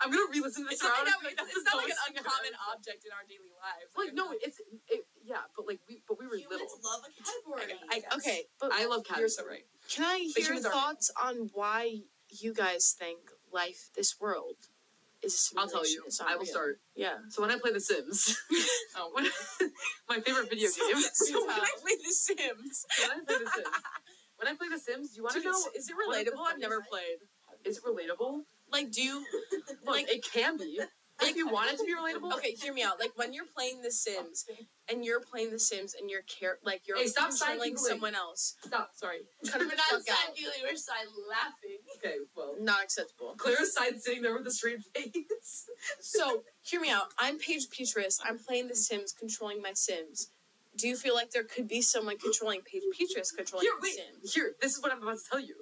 [SPEAKER 1] I'm gonna re-listen to this
[SPEAKER 4] It's something
[SPEAKER 1] round.
[SPEAKER 4] that we, it's not like an uncommon
[SPEAKER 1] object.
[SPEAKER 4] object in our daily lives.
[SPEAKER 1] Like no, it's it, yeah, but like we but we were
[SPEAKER 2] Humans
[SPEAKER 1] little.
[SPEAKER 2] love a category.
[SPEAKER 4] I- I guess.
[SPEAKER 3] Okay, but
[SPEAKER 1] I love cats.
[SPEAKER 4] you're so right.
[SPEAKER 3] can I
[SPEAKER 4] But
[SPEAKER 3] hear
[SPEAKER 4] humans are-
[SPEAKER 3] thoughts on why you guys think life, this world, is a
[SPEAKER 1] I'll
[SPEAKER 3] simulation?
[SPEAKER 1] tell you.
[SPEAKER 3] it's not
[SPEAKER 1] I will
[SPEAKER 3] real?
[SPEAKER 1] start.
[SPEAKER 3] Yeah.
[SPEAKER 1] So when I play The Sims,
[SPEAKER 4] Oh,
[SPEAKER 1] when- my favorite video
[SPEAKER 3] So-
[SPEAKER 1] game.
[SPEAKER 3] So when
[SPEAKER 4] Tell.
[SPEAKER 3] I play The Sims,
[SPEAKER 1] when I play The Sims, when I play The Sims, you want to
[SPEAKER 3] Dude,
[SPEAKER 1] know?
[SPEAKER 3] is- is it
[SPEAKER 1] one of the
[SPEAKER 3] relatable? I've never
[SPEAKER 1] funniest-
[SPEAKER 3] played.
[SPEAKER 1] Is it relatable?
[SPEAKER 3] Like, do you
[SPEAKER 1] Look,
[SPEAKER 3] Like-
[SPEAKER 1] it can be. If you want it to be relatable.
[SPEAKER 3] Okay, hear me out. Like when you're playing The Sims and you're playing The Sims and you're care like you're
[SPEAKER 1] Hey, stop
[SPEAKER 3] controlling
[SPEAKER 1] side-googling.
[SPEAKER 3] someone else.
[SPEAKER 1] Stop. Sorry.
[SPEAKER 3] Cut
[SPEAKER 2] We're
[SPEAKER 3] the
[SPEAKER 2] not
[SPEAKER 3] fuck
[SPEAKER 2] side
[SPEAKER 3] out.
[SPEAKER 2] dealing, we're side laughing.
[SPEAKER 1] Okay. Well,
[SPEAKER 3] Not acceptable.
[SPEAKER 1] Clara's side sitting there with a straight face.
[SPEAKER 3] So hear me out. I'm Paige Petrus. I'm playing The Sims, controlling my Sims. Do you feel like there could be someone controlling Paige Petrus controlling
[SPEAKER 1] Here,
[SPEAKER 3] The
[SPEAKER 1] wait.
[SPEAKER 3] Sims?
[SPEAKER 1] Here, this is what I'm about to tell you.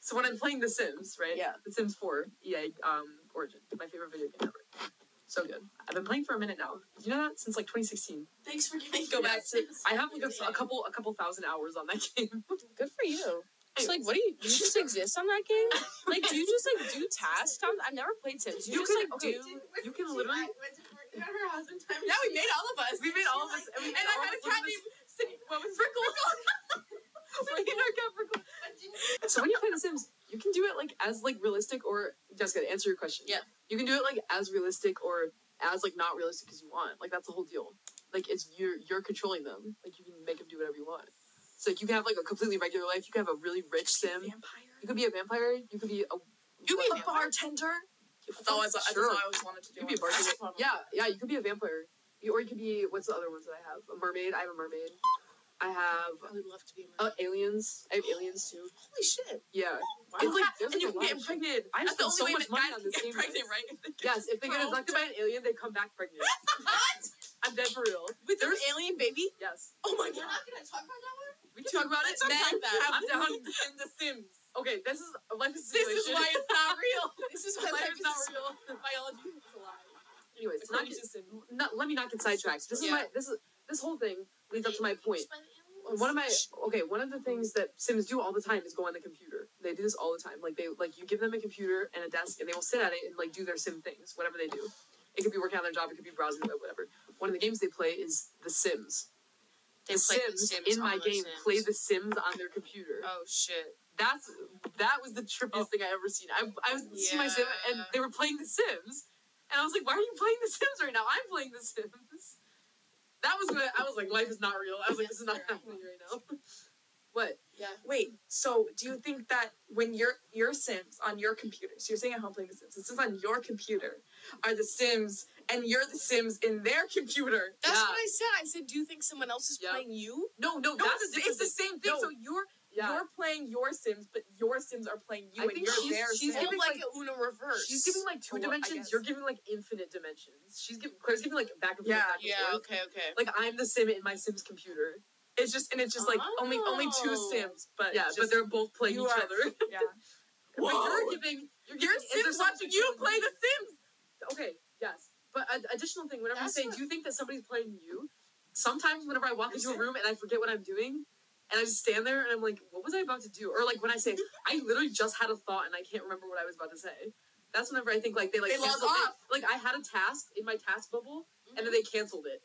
[SPEAKER 1] So when I'm playing The Sims, right?
[SPEAKER 3] Yeah.
[SPEAKER 1] The Sims 4, EA um, Origin, my favorite video game ever. So good. I've been playing for a minute now. Did you know that since like 2016?
[SPEAKER 2] Thanks for giving
[SPEAKER 1] Go
[SPEAKER 2] me that
[SPEAKER 1] back to-
[SPEAKER 2] sense.
[SPEAKER 1] I have like a, a couple, a couple thousand hours on that game.
[SPEAKER 3] Good for you. It's like, what do you? Do you just exist on that game? Like, do you just like do tasks? on- I've never played Sims. Do you,
[SPEAKER 1] You
[SPEAKER 3] just
[SPEAKER 1] could-
[SPEAKER 3] like
[SPEAKER 1] okay,
[SPEAKER 3] do?
[SPEAKER 2] Did- was
[SPEAKER 1] you can
[SPEAKER 2] she
[SPEAKER 1] literally-
[SPEAKER 2] right? Went to work at her house in time.
[SPEAKER 4] Yeah, we made all of us.
[SPEAKER 1] We made all of us. we
[SPEAKER 4] And
[SPEAKER 1] made
[SPEAKER 4] I
[SPEAKER 1] all
[SPEAKER 4] had
[SPEAKER 1] of
[SPEAKER 4] a
[SPEAKER 1] us
[SPEAKER 4] cat
[SPEAKER 1] in
[SPEAKER 4] named City. What was Frickle?
[SPEAKER 1] this- we made our cat Brickle.
[SPEAKER 2] But didn't
[SPEAKER 1] So when you play The Sims, you can do it like as like realistic or Jessica, to answer your question.
[SPEAKER 3] Yeah.
[SPEAKER 1] You can do it like as realistic or as like not realistic as you want. Like that's the whole deal. Like it's you're you're controlling them. Like you can make them do whatever you want. So like you can have like a completely regular life. You can have a really rich sim. You could be a vampire. You could be a
[SPEAKER 3] You
[SPEAKER 1] like,
[SPEAKER 3] mean a bartender?
[SPEAKER 4] That's all I, was, that's
[SPEAKER 1] Sure.
[SPEAKER 4] all I always wanted to do.
[SPEAKER 1] You could be a
[SPEAKER 4] That's
[SPEAKER 1] bartender.
[SPEAKER 4] all I wanted
[SPEAKER 1] Yeah, yeah. You could be a vampire. You, or you could be what's the other ones that I have? A mermaid. I have a mermaid. I have
[SPEAKER 3] I would love to be.
[SPEAKER 1] uh, aliens. I have aliens too.
[SPEAKER 3] Holy shit!
[SPEAKER 1] Yeah.
[SPEAKER 4] to do.
[SPEAKER 1] It's like there's
[SPEAKER 4] and
[SPEAKER 1] like a
[SPEAKER 4] you can
[SPEAKER 1] lot of
[SPEAKER 4] get
[SPEAKER 1] shit.
[SPEAKER 4] impregnated.
[SPEAKER 1] I just
[SPEAKER 4] That's the
[SPEAKER 1] spent
[SPEAKER 4] only
[SPEAKER 1] so
[SPEAKER 4] way
[SPEAKER 1] much
[SPEAKER 4] that
[SPEAKER 1] money
[SPEAKER 4] guys
[SPEAKER 1] on
[SPEAKER 4] can
[SPEAKER 1] this
[SPEAKER 4] get
[SPEAKER 1] game,
[SPEAKER 4] pregnant,
[SPEAKER 1] guys.
[SPEAKER 4] right?
[SPEAKER 1] Yes, if they get
[SPEAKER 4] Bro.
[SPEAKER 1] abducted by an alien, they come back pregnant. I'm dead for real.
[SPEAKER 3] With an
[SPEAKER 1] There's-
[SPEAKER 3] alien baby?
[SPEAKER 1] Yes.
[SPEAKER 3] Oh my
[SPEAKER 2] We're not gonna talk about that one?
[SPEAKER 1] We can talk about it.
[SPEAKER 3] Let's talk
[SPEAKER 1] men
[SPEAKER 3] about that.
[SPEAKER 1] have
[SPEAKER 4] I'm down
[SPEAKER 1] done-
[SPEAKER 4] in The Sims.
[SPEAKER 1] Okay, this is life is a
[SPEAKER 4] This is
[SPEAKER 1] simulation.
[SPEAKER 4] why it's not real.
[SPEAKER 3] This is
[SPEAKER 1] life,
[SPEAKER 3] why life
[SPEAKER 1] is not
[SPEAKER 3] is
[SPEAKER 1] real.
[SPEAKER 4] Biology is a lie.
[SPEAKER 1] Anyways, not
[SPEAKER 4] According
[SPEAKER 1] get,
[SPEAKER 4] to Sim.
[SPEAKER 1] not, let me not get sidetracked. This is
[SPEAKER 3] Yeah.
[SPEAKER 1] my this is this whole thing leads up to my point.
[SPEAKER 2] By the aliens?
[SPEAKER 1] One of my okay, one of the things that Sims do all the time is go on the computer. They do this all the time. Like they like you give them a computer and a desk, and they will sit at it and like do their Sim things, whatever they do. It could be working on their job, it could be browsing the web, whatever. One of the games they play is The Sims. The Sims, in my game play The Sims on their computer.
[SPEAKER 4] Oh shit.
[SPEAKER 1] That's that was the trippiest thing I ever seen. I I was seeing my sim and
[SPEAKER 4] Yeah.
[SPEAKER 1] they were playing The Sims, and I was like, "Why are you playing The Sims right now? I'm playing The Sims." That was when I was like, "Life is not real." I was like, "This is not happening right now." what?
[SPEAKER 5] Wait, so do you think that when your your Sims on your computer, so you're saying at home playing The Sims, the Sims on your computer are the Sims, and you're the Sims in their computer?
[SPEAKER 3] That's
[SPEAKER 1] Yeah.
[SPEAKER 3] what I said. I said, do you think someone else is
[SPEAKER 1] Yeah.
[SPEAKER 3] playing you?
[SPEAKER 1] No, no,
[SPEAKER 5] No,
[SPEAKER 1] that's
[SPEAKER 5] it's, the- it's the same thing.
[SPEAKER 1] No.
[SPEAKER 5] So you're
[SPEAKER 1] yeah.
[SPEAKER 5] you're playing your Sims, but your Sims are playing you,
[SPEAKER 1] I
[SPEAKER 5] and
[SPEAKER 1] think
[SPEAKER 5] you're
[SPEAKER 1] she's-
[SPEAKER 5] their
[SPEAKER 1] she's
[SPEAKER 5] Sims.
[SPEAKER 3] Well,
[SPEAKER 1] giving,
[SPEAKER 3] like,
[SPEAKER 1] like-
[SPEAKER 3] a Uno reverse.
[SPEAKER 1] She's giving like two
[SPEAKER 5] Well, I
[SPEAKER 1] dimensions.
[SPEAKER 5] guess.
[SPEAKER 1] You're giving like infinite dimensions. She's giving Claire's giving like back and forth.
[SPEAKER 5] Yeah.
[SPEAKER 1] back and
[SPEAKER 4] Yeah.
[SPEAKER 1] forth.
[SPEAKER 4] Okay. Okay.
[SPEAKER 1] Like I'm the sim in my Sim's computer.
[SPEAKER 5] It's just and it's just like only only two
[SPEAKER 2] Oh.
[SPEAKER 5] Sims, but
[SPEAKER 1] yeah,
[SPEAKER 5] just,
[SPEAKER 1] but they're both playing each
[SPEAKER 5] you are-
[SPEAKER 1] other.
[SPEAKER 5] yeah.
[SPEAKER 1] But
[SPEAKER 5] Whoa.
[SPEAKER 1] you're giving you're
[SPEAKER 5] Your
[SPEAKER 1] giving is there
[SPEAKER 5] Sims
[SPEAKER 1] someone
[SPEAKER 5] watching you play
[SPEAKER 1] controlling
[SPEAKER 5] The Sims.
[SPEAKER 1] Okay, yes. But an additional thing, whenever
[SPEAKER 4] That's
[SPEAKER 1] you say,
[SPEAKER 4] what-
[SPEAKER 1] do you think that somebody's playing you? Sometimes whenever I walk into a room and I forget what I'm doing, and I just stand there and I'm like, what was I about to do? Or like when I say, I literally just had a thought and I can't remember what I was about to say. That's whenever I think like they like
[SPEAKER 5] They log
[SPEAKER 1] canceled it.
[SPEAKER 5] off.
[SPEAKER 1] Like I had a task in my task bubble and then they canceled it.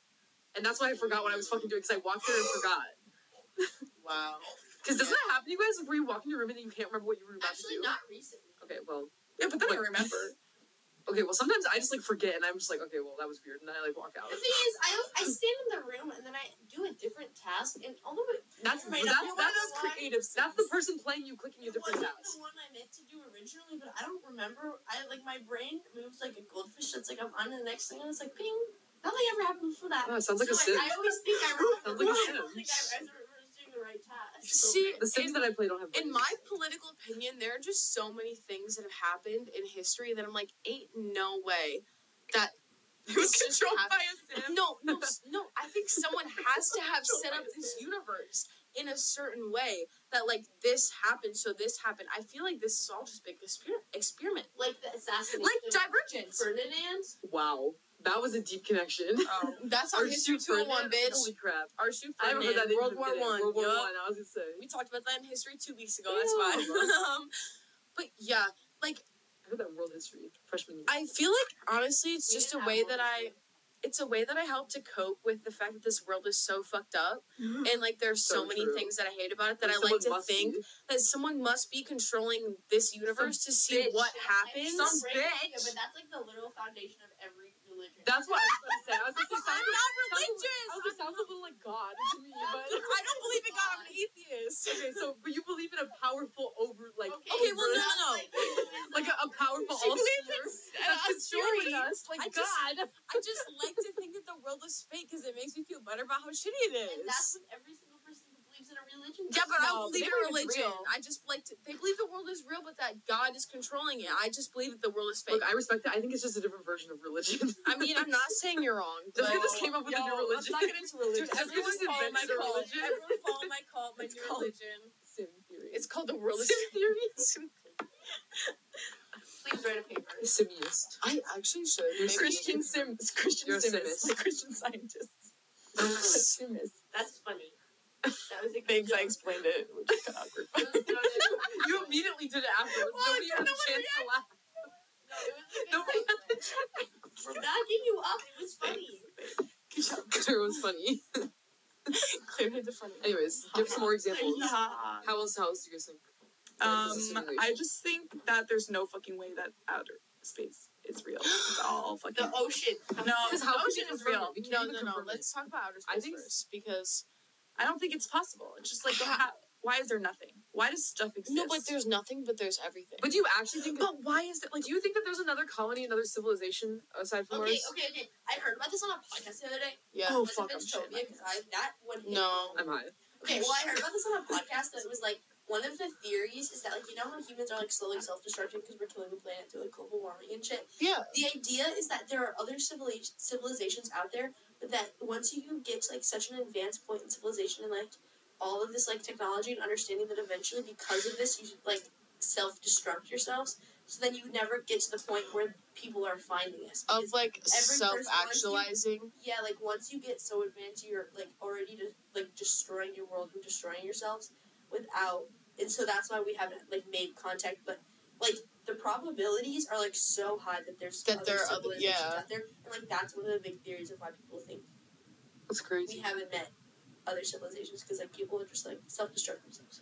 [SPEAKER 1] And that's why I forgot what I was fucking doing because I walked there and forgot.
[SPEAKER 4] Wow.
[SPEAKER 1] Because doesn't that happen to you guys where you walk into a room and then you can't remember what you were about
[SPEAKER 2] Actually,
[SPEAKER 1] to do?
[SPEAKER 2] not recently.
[SPEAKER 1] Okay, well,
[SPEAKER 5] Yeah, but then I
[SPEAKER 1] Like-
[SPEAKER 5] remember.
[SPEAKER 1] okay, well sometimes I just like forget and I'm just like, okay, well that was weird, and I like walk out.
[SPEAKER 2] The thing is, I, I stand in the room and then I do a different task, and although it,
[SPEAKER 1] That's
[SPEAKER 2] You're right,
[SPEAKER 1] that's that's,
[SPEAKER 2] you're one of
[SPEAKER 1] that's
[SPEAKER 2] those
[SPEAKER 1] creative.
[SPEAKER 2] ones.
[SPEAKER 1] That's the person playing you clicking a
[SPEAKER 2] it
[SPEAKER 1] different
[SPEAKER 2] wasn't
[SPEAKER 1] tabs.
[SPEAKER 2] the one I meant to do originally, but I don't remember. I like my brain moves like a goldfish. It's like I'm on to the next thing, and it's like ping. Nothing ever happened before that.
[SPEAKER 1] Oh, it sounds like a
[SPEAKER 2] so
[SPEAKER 1] sim.
[SPEAKER 2] I, I always think I remember.
[SPEAKER 1] Sounds like a
[SPEAKER 2] I don't
[SPEAKER 1] sim.
[SPEAKER 2] think I, I was doing the right task.
[SPEAKER 3] See,
[SPEAKER 1] The
[SPEAKER 3] in-
[SPEAKER 1] sims that I play don't have.
[SPEAKER 3] in
[SPEAKER 1] buttons.
[SPEAKER 3] my political opinion, there are just so many things that have happened in history that I'm like, ain't no way that
[SPEAKER 5] It was
[SPEAKER 3] It's just
[SPEAKER 5] controlled
[SPEAKER 3] happened.
[SPEAKER 5] by a Sim.
[SPEAKER 3] no, no, s- no. I think someone has to have set up this universe in a certain way that like this happened, so this happened. I feel like this is all just big exper- experiment,
[SPEAKER 2] like the assassination.
[SPEAKER 3] like
[SPEAKER 2] of
[SPEAKER 3] Divergence.
[SPEAKER 2] Ferdinand.
[SPEAKER 1] wow, that that was a deep connection.
[SPEAKER 5] Oh.
[SPEAKER 3] That's
[SPEAKER 1] Our
[SPEAKER 3] on history
[SPEAKER 1] super
[SPEAKER 3] two hundred one,
[SPEAKER 1] Ferdinand-
[SPEAKER 3] bitch.
[SPEAKER 1] Holy crap!
[SPEAKER 3] Our super
[SPEAKER 1] I remember that. in
[SPEAKER 3] World
[SPEAKER 1] the
[SPEAKER 3] War
[SPEAKER 1] beginning.
[SPEAKER 3] One.
[SPEAKER 1] World War
[SPEAKER 3] yup.
[SPEAKER 1] One. I was gonna say.
[SPEAKER 3] We talked about that in history two weeks ago. That's why.
[SPEAKER 1] Yeah.
[SPEAKER 3] um, but yeah, like
[SPEAKER 1] I heard that world history freshman year.
[SPEAKER 3] I feel like honestly, it's
[SPEAKER 2] We
[SPEAKER 3] just a
[SPEAKER 2] didn't
[SPEAKER 3] way
[SPEAKER 2] have
[SPEAKER 3] that
[SPEAKER 2] one.
[SPEAKER 3] I. It's a way that I help to cope with the fact that this world is so fucked up, and like there's so,
[SPEAKER 1] So
[SPEAKER 3] many
[SPEAKER 1] true.
[SPEAKER 3] things that I hate about it that I like
[SPEAKER 1] Someone
[SPEAKER 3] to
[SPEAKER 1] must be.
[SPEAKER 3] think that someone must be controlling this universe to see
[SPEAKER 1] bitch.
[SPEAKER 3] what
[SPEAKER 2] I mean,
[SPEAKER 3] happens.
[SPEAKER 2] it's
[SPEAKER 1] Some
[SPEAKER 2] great idea,
[SPEAKER 1] bitch.
[SPEAKER 2] But that's like the literal foundation of every religion.
[SPEAKER 1] That's what I was gonna say. I was gonna
[SPEAKER 3] I'm
[SPEAKER 1] say sounds,
[SPEAKER 3] not
[SPEAKER 1] sounds,
[SPEAKER 3] religious.
[SPEAKER 1] I was gonna say, sounds a little like God to me, but.
[SPEAKER 3] I don't believe in God. I'm an atheist.
[SPEAKER 1] Okay, so but you believe in a powerful over like
[SPEAKER 3] Okay, well,
[SPEAKER 1] over-
[SPEAKER 3] no, no, no.
[SPEAKER 1] like a, a powerful all seer that's controlling us like
[SPEAKER 3] uh, I just-
[SPEAKER 1] God.
[SPEAKER 3] I just like to think that the world is fake because it makes me feel better about how shitty it is.
[SPEAKER 2] And that's what every single person who believes in a religion.
[SPEAKER 3] Yeah, but I don't
[SPEAKER 1] No,
[SPEAKER 3] believe
[SPEAKER 1] they
[SPEAKER 3] in
[SPEAKER 1] don't even
[SPEAKER 3] religion.
[SPEAKER 1] real.
[SPEAKER 3] I just like to, they believe the world is real, but that God is controlling it. I just believe that the world is fake.
[SPEAKER 1] Look, I respect that. I think it's just a different version of religion.
[SPEAKER 3] I mean, I'm not saying you're wrong.
[SPEAKER 1] Just
[SPEAKER 3] but-
[SPEAKER 1] because this came up with a new
[SPEAKER 5] I'm
[SPEAKER 1] religion.
[SPEAKER 5] not getting into religion.
[SPEAKER 1] Dude,
[SPEAKER 5] Everyone
[SPEAKER 1] everyone follow my
[SPEAKER 5] follow
[SPEAKER 1] cult.
[SPEAKER 5] Everyone follow my cult, my
[SPEAKER 1] It's
[SPEAKER 5] new
[SPEAKER 1] called-
[SPEAKER 5] religion.
[SPEAKER 1] Sim theory.
[SPEAKER 3] It's called the world is
[SPEAKER 1] Sim theory.
[SPEAKER 2] Please write a paper.
[SPEAKER 1] Simiest.
[SPEAKER 3] I actually should.
[SPEAKER 1] Maybe.
[SPEAKER 5] Christian Sims. Christian
[SPEAKER 1] You're a
[SPEAKER 5] Sims.
[SPEAKER 1] simist.
[SPEAKER 5] Like Christian scientists. Simis.
[SPEAKER 2] That's funny. That was a good
[SPEAKER 5] Thanks, I
[SPEAKER 2] joke.
[SPEAKER 5] explained it, which is kind of awkward.
[SPEAKER 2] That was good.
[SPEAKER 1] you immediately did it afterwards.
[SPEAKER 5] Well,
[SPEAKER 1] Nobody
[SPEAKER 5] I
[SPEAKER 1] had
[SPEAKER 5] don't
[SPEAKER 1] a
[SPEAKER 5] know what
[SPEAKER 1] chance to laugh.
[SPEAKER 2] No, it was a good
[SPEAKER 1] Nobody
[SPEAKER 2] joke. We're backing you up. It was funny.
[SPEAKER 5] Good job.
[SPEAKER 1] Claire was funny.
[SPEAKER 5] Claire had the funny.
[SPEAKER 1] Anyways, give some more
[SPEAKER 5] Um,
[SPEAKER 1] examples.
[SPEAKER 5] Yeah.
[SPEAKER 1] How else? How else do you guys think?
[SPEAKER 5] Um, I just think that there's no fucking way that outer space is real. It's all fucking.
[SPEAKER 2] The ocean.
[SPEAKER 5] Um, No,
[SPEAKER 1] Because
[SPEAKER 5] the
[SPEAKER 1] how could
[SPEAKER 5] ocean
[SPEAKER 1] you
[SPEAKER 5] is
[SPEAKER 1] confirm
[SPEAKER 5] real.
[SPEAKER 1] it? We can't
[SPEAKER 3] No,
[SPEAKER 1] even
[SPEAKER 3] no, no.
[SPEAKER 1] confirm it.
[SPEAKER 3] Let's talk about outer space
[SPEAKER 1] I think-
[SPEAKER 3] first because
[SPEAKER 5] I don't think it's possible. It's just like how, why is there nothing? Why does stuff exist?
[SPEAKER 3] no, but there's nothing, but there's everything.
[SPEAKER 1] But do you actually think?
[SPEAKER 5] But why is it like
[SPEAKER 1] do you think that there's another colony, another civilization aside from
[SPEAKER 2] Okay,
[SPEAKER 1] ours?
[SPEAKER 2] okay, okay. I heard about this on a podcast the other day.
[SPEAKER 3] yeah.
[SPEAKER 5] Oh,
[SPEAKER 2] Wasn't
[SPEAKER 5] fuck, I'm shit.
[SPEAKER 2] Bitchtopia, 'cause I- that one hit
[SPEAKER 3] No.
[SPEAKER 1] I'm high.
[SPEAKER 2] Okay, well, I heard about this on a podcast that it was like one of the theories is that like you know how humans are like slowly self-destructing because we're killing the planet through like global warming and shit.
[SPEAKER 3] Yeah.
[SPEAKER 2] The idea is that there are other civili- civilizations out there, but that once you get to like such an advanced point in civilization and like all of this like technology and understanding that eventually because of this you should like self-destruct yourselves. So then you never get to the point where people are finding us.
[SPEAKER 3] Of
[SPEAKER 2] Because-
[SPEAKER 3] like
[SPEAKER 2] person
[SPEAKER 3] self actualizing.
[SPEAKER 2] yeah, like once you get so advanced, you're like already just like destroying your world and destroying yourselves without, and so that's why we haven't like made contact. But like the probabilities are like so high that there's
[SPEAKER 3] That there are other-
[SPEAKER 2] civilizations
[SPEAKER 3] yeah.
[SPEAKER 2] out there, and like that's one of the big theories of why people think
[SPEAKER 1] That's crazy.
[SPEAKER 2] we haven't met other civilizations because like people would just like self destruct themselves.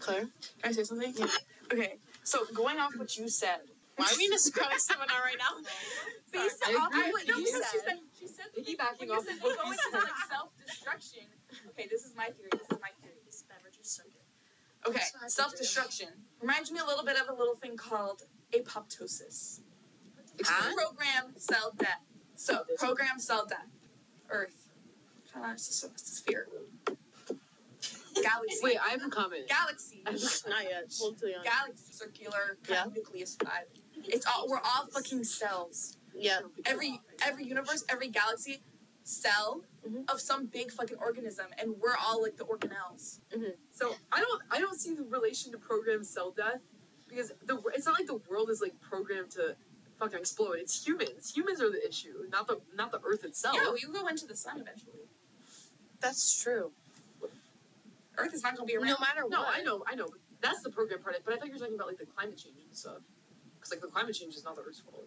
[SPEAKER 3] Claire?
[SPEAKER 5] Can I say something? Okay. So going off what you said.
[SPEAKER 3] Why are we describing someone out right now?
[SPEAKER 4] Based
[SPEAKER 1] I
[SPEAKER 4] off
[SPEAKER 1] agree
[SPEAKER 4] of what
[SPEAKER 1] with
[SPEAKER 4] you
[SPEAKER 1] you.
[SPEAKER 4] said. She said, she said
[SPEAKER 1] Piggybacking
[SPEAKER 4] when you
[SPEAKER 1] off
[SPEAKER 4] said
[SPEAKER 1] of
[SPEAKER 4] going
[SPEAKER 1] what you
[SPEAKER 4] into
[SPEAKER 1] said.
[SPEAKER 4] like self destruction. Okay, this is my theory. This is my theory.
[SPEAKER 2] This beverage is so good.
[SPEAKER 5] Okay.
[SPEAKER 2] That's what I
[SPEAKER 5] Self destruction reminds me a little bit of a little thing called apoptosis.
[SPEAKER 3] Huh?
[SPEAKER 5] Program cell death. So
[SPEAKER 1] Apoptosis.
[SPEAKER 5] program cell death. Earth. That's the sphere. Galaxy.
[SPEAKER 1] Wait, I have a comment.
[SPEAKER 5] Galaxy.
[SPEAKER 3] Not yet. We'll do it.
[SPEAKER 5] Galaxy. Circular.
[SPEAKER 3] Yeah.
[SPEAKER 5] Kind of nucleus vibe. It's all. We're all fucking cells.
[SPEAKER 3] Yeah.
[SPEAKER 5] every every universe, every galaxy, cell
[SPEAKER 3] Mhm.
[SPEAKER 5] of some big fucking organism, and we're all like the organelles.
[SPEAKER 1] So I don't I don't see the relation to programmed cell death because the it's not like the world is like programmed to fucking explode. It's humans. Humans are the issue, not the not the Earth itself.
[SPEAKER 5] Yeah, we will go into the sun eventually.
[SPEAKER 3] That's true.
[SPEAKER 5] Earth is not gonna be around.
[SPEAKER 3] No matter what.
[SPEAKER 1] no, I know, I know. but That's the program part. But I thought you were talking about like the climate change and stuff. Because like the climate change is not the Earth's fault.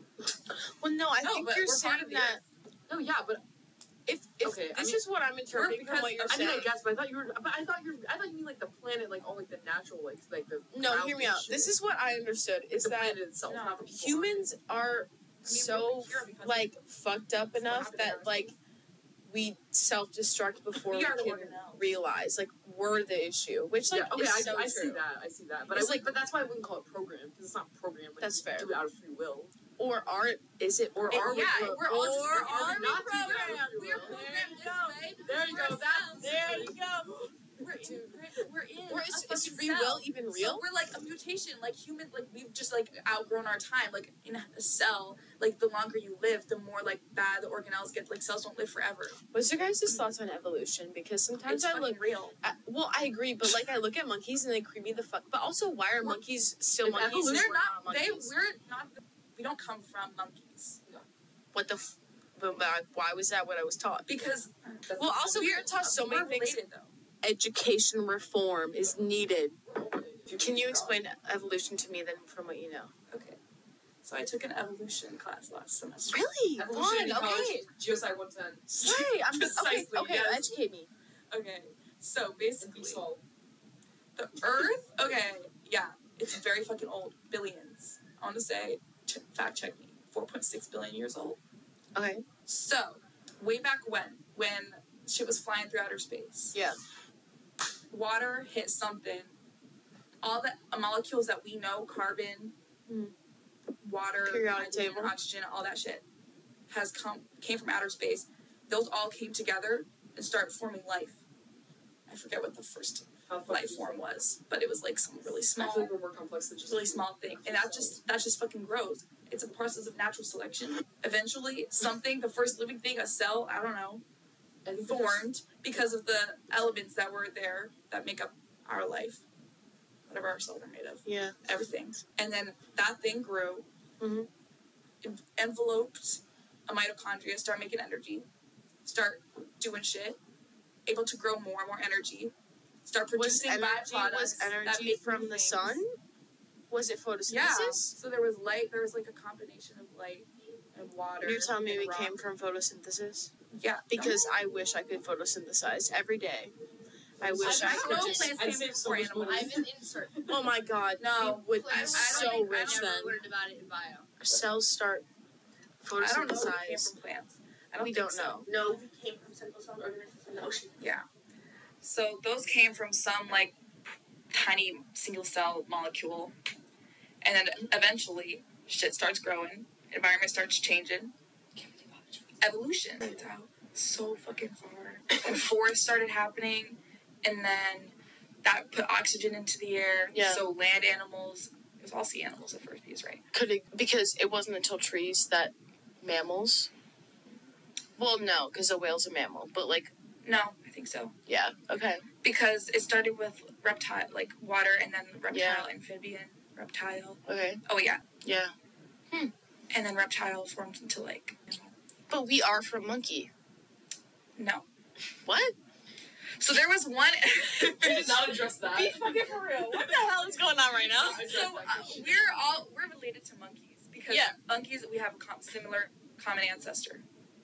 [SPEAKER 3] Well, no, I
[SPEAKER 5] No,
[SPEAKER 3] think
[SPEAKER 5] but
[SPEAKER 3] you're
[SPEAKER 5] we're part
[SPEAKER 3] saying
[SPEAKER 5] of the
[SPEAKER 3] that
[SPEAKER 1] No, yeah, but
[SPEAKER 3] if, if
[SPEAKER 1] Okay, I
[SPEAKER 3] this
[SPEAKER 1] mean-
[SPEAKER 3] is what I'm
[SPEAKER 1] or
[SPEAKER 3] interpreting
[SPEAKER 1] because
[SPEAKER 3] from what you're
[SPEAKER 1] I mean
[SPEAKER 3] saying.
[SPEAKER 1] I guess, but I thought you were. But I thought you. were- I thought you mean like the planet, like all like the natural, like like the.
[SPEAKER 3] no, hear
[SPEAKER 1] ground
[SPEAKER 3] me
[SPEAKER 1] and
[SPEAKER 3] out.
[SPEAKER 1] shit.
[SPEAKER 3] This is what I understood
[SPEAKER 1] It's
[SPEAKER 3] is
[SPEAKER 1] the
[SPEAKER 3] that
[SPEAKER 1] planet itself,
[SPEAKER 5] No.
[SPEAKER 1] not the people.
[SPEAKER 3] humans are so
[SPEAKER 5] we're here because of
[SPEAKER 3] like fucked up enough
[SPEAKER 5] happened to
[SPEAKER 3] that
[SPEAKER 5] us.
[SPEAKER 3] like we self destruct before
[SPEAKER 5] we
[SPEAKER 3] we,
[SPEAKER 5] are the
[SPEAKER 3] can
[SPEAKER 5] organelles.
[SPEAKER 3] realize like we're the issue, which like
[SPEAKER 1] yeah, okay,
[SPEAKER 3] is
[SPEAKER 1] I,
[SPEAKER 3] so
[SPEAKER 1] I
[SPEAKER 3] true.
[SPEAKER 1] see that. I see that. But
[SPEAKER 3] It's
[SPEAKER 1] I would,
[SPEAKER 3] like-
[SPEAKER 1] but that's why I wouldn't call it programmed because it's not programmed. Like,
[SPEAKER 3] That's
[SPEAKER 1] you
[SPEAKER 3] fair.
[SPEAKER 1] Do it out of free will.
[SPEAKER 3] Or are is it?
[SPEAKER 1] Or
[SPEAKER 3] it-
[SPEAKER 1] are we?
[SPEAKER 5] yeah,
[SPEAKER 1] pro-
[SPEAKER 5] we're all just
[SPEAKER 1] or
[SPEAKER 5] programmed.
[SPEAKER 1] are we
[SPEAKER 5] Are we
[SPEAKER 1] not doing it out of
[SPEAKER 4] programmed?
[SPEAKER 1] free
[SPEAKER 4] We are
[SPEAKER 1] will?
[SPEAKER 4] programmed
[SPEAKER 5] There you
[SPEAKER 4] this
[SPEAKER 5] go.
[SPEAKER 4] way. because
[SPEAKER 1] There you go.
[SPEAKER 4] we're cells.
[SPEAKER 3] there you
[SPEAKER 4] go. We're in. We're, we're in.
[SPEAKER 3] Or
[SPEAKER 4] a
[SPEAKER 3] is, is
[SPEAKER 4] fucking
[SPEAKER 3] free
[SPEAKER 4] cell.
[SPEAKER 3] will even real?
[SPEAKER 5] So we're like a mutation, like human, like we've just like outgrown our time. Like in a cell, like the longer you live, the more like bad the organelles get. Like cells don't live forever.
[SPEAKER 3] What's your guys' thoughts on evolution? Because sometimes
[SPEAKER 5] It's
[SPEAKER 3] I
[SPEAKER 5] fucking
[SPEAKER 3] look.
[SPEAKER 5] real.
[SPEAKER 3] I, well, I agree, but like I look at monkeys and they creep me the fuck. But also, why are monkeys still
[SPEAKER 1] If
[SPEAKER 3] monkeys?
[SPEAKER 1] evolution-
[SPEAKER 3] and
[SPEAKER 5] They're
[SPEAKER 3] we're
[SPEAKER 5] not. They.
[SPEAKER 3] monkeys?
[SPEAKER 5] We're not. the- We don't come from monkeys
[SPEAKER 3] What the? F- but, but why was that what I was taught?
[SPEAKER 5] because.
[SPEAKER 3] Well, also we are taught so many
[SPEAKER 5] we're
[SPEAKER 3] things.
[SPEAKER 5] related, though.
[SPEAKER 3] Education reform is needed. Can you explain evolution to me then, from what you know?
[SPEAKER 5] Okay. So I took an evolution class last semester.
[SPEAKER 3] Really?
[SPEAKER 1] Evolution
[SPEAKER 3] Fun.
[SPEAKER 1] in
[SPEAKER 3] Okay.
[SPEAKER 1] college, Geosci 110.
[SPEAKER 3] Sorry, I'm just okay.
[SPEAKER 5] Precisely,
[SPEAKER 3] Okay,
[SPEAKER 5] yes.
[SPEAKER 3] educate me.
[SPEAKER 5] Okay. So
[SPEAKER 1] and
[SPEAKER 5] basically,
[SPEAKER 1] Big Sol.
[SPEAKER 5] the Earth. Okay. Yeah, it's very fucking old. Billions. I want to say, ch- fact check me. Four point six billion years old.
[SPEAKER 3] Okay.
[SPEAKER 5] So, way back when, when shit was flying through outer space,
[SPEAKER 3] Yeah.
[SPEAKER 5] water hit something. All the molecules that we know, carbon,
[SPEAKER 3] Mm.
[SPEAKER 5] water,
[SPEAKER 3] Periodic
[SPEAKER 5] hydrogen,
[SPEAKER 3] table.
[SPEAKER 5] oxygen, all that shit, has come came from outer space. Those all came together and started forming life. I forget what the first
[SPEAKER 1] How fucking
[SPEAKER 5] life form was, but it was like some really
[SPEAKER 1] I
[SPEAKER 5] small,
[SPEAKER 1] feel like we're more complex than just
[SPEAKER 5] really small thing, and that just that just fucking grows. It's a process of natural selection. Eventually, something, the first living thing, a cell, I don't know,
[SPEAKER 1] I think there's-
[SPEAKER 5] formed because of the elements that were there that make up our life, whatever our cells are made of,
[SPEAKER 3] Yeah.
[SPEAKER 5] everything. And then that thing grew,
[SPEAKER 3] Mhm.
[SPEAKER 5] en- enveloped a mitochondria, start making energy, start doing shit, able to grow more and more energy, start
[SPEAKER 3] Was
[SPEAKER 5] producing
[SPEAKER 3] energy
[SPEAKER 5] byproducts.
[SPEAKER 3] was
[SPEAKER 5] that
[SPEAKER 3] energy
[SPEAKER 5] make
[SPEAKER 3] from
[SPEAKER 5] new
[SPEAKER 3] the
[SPEAKER 5] things.
[SPEAKER 3] sun? Was it
[SPEAKER 5] Yeah.
[SPEAKER 3] photosynthesis?
[SPEAKER 5] So there was light. There was like a combination of light and water.
[SPEAKER 3] You're telling me
[SPEAKER 5] and
[SPEAKER 3] we
[SPEAKER 5] rock.
[SPEAKER 3] came from photosynthesis?
[SPEAKER 5] Yeah.
[SPEAKER 3] Because I wish I could photosynthesize every day. I wish
[SPEAKER 5] I
[SPEAKER 3] I,
[SPEAKER 5] don't
[SPEAKER 3] could
[SPEAKER 5] know
[SPEAKER 3] just.
[SPEAKER 5] plants
[SPEAKER 1] I'd
[SPEAKER 5] came
[SPEAKER 1] save so
[SPEAKER 5] before
[SPEAKER 1] much
[SPEAKER 5] animals.
[SPEAKER 1] money.
[SPEAKER 2] I'm an insert.
[SPEAKER 3] Oh my god,
[SPEAKER 5] No.
[SPEAKER 3] we would
[SPEAKER 2] I- I
[SPEAKER 3] be
[SPEAKER 2] don't
[SPEAKER 3] so
[SPEAKER 2] think-
[SPEAKER 3] rich
[SPEAKER 2] I never
[SPEAKER 3] then.
[SPEAKER 2] learned about it in bio.
[SPEAKER 3] Our cells start
[SPEAKER 5] I don't know. if it came
[SPEAKER 3] photosynthesize.
[SPEAKER 5] from plants. I don't
[SPEAKER 3] we
[SPEAKER 5] think
[SPEAKER 3] don't
[SPEAKER 5] so.
[SPEAKER 3] know.
[SPEAKER 2] No, we came from simple cell organisms in the ocean.
[SPEAKER 5] So those came from some like tiny single cell molecule, and then eventually shit starts growing, environment starts changing. Evolution. It's out so fucking far. And forests started happening, and then that put oxygen into the air.
[SPEAKER 3] Yeah.
[SPEAKER 5] So land animals. It was all sea animals at first, these right?
[SPEAKER 3] Could it, because it wasn't until trees that mammals. Well, no, because a whale's a mammal, but like,
[SPEAKER 5] No, I think so.
[SPEAKER 3] yeah, okay.
[SPEAKER 5] Because it started with reptile, like water, and then reptile,
[SPEAKER 3] Yeah.
[SPEAKER 5] amphibian, reptile.
[SPEAKER 3] Okay.
[SPEAKER 5] Oh yeah, Hmm.
[SPEAKER 3] Yeah.
[SPEAKER 5] and then reptile formed into like
[SPEAKER 3] But we are from monkey.
[SPEAKER 5] no.
[SPEAKER 3] What?
[SPEAKER 5] So there was one. uh,
[SPEAKER 1] We did not address that.
[SPEAKER 5] fucking for real.
[SPEAKER 3] What the hell is going on right now?
[SPEAKER 5] So uh, we're all we're related to monkeys because
[SPEAKER 3] Yeah.
[SPEAKER 5] monkeys we have a com- similar common ancestor.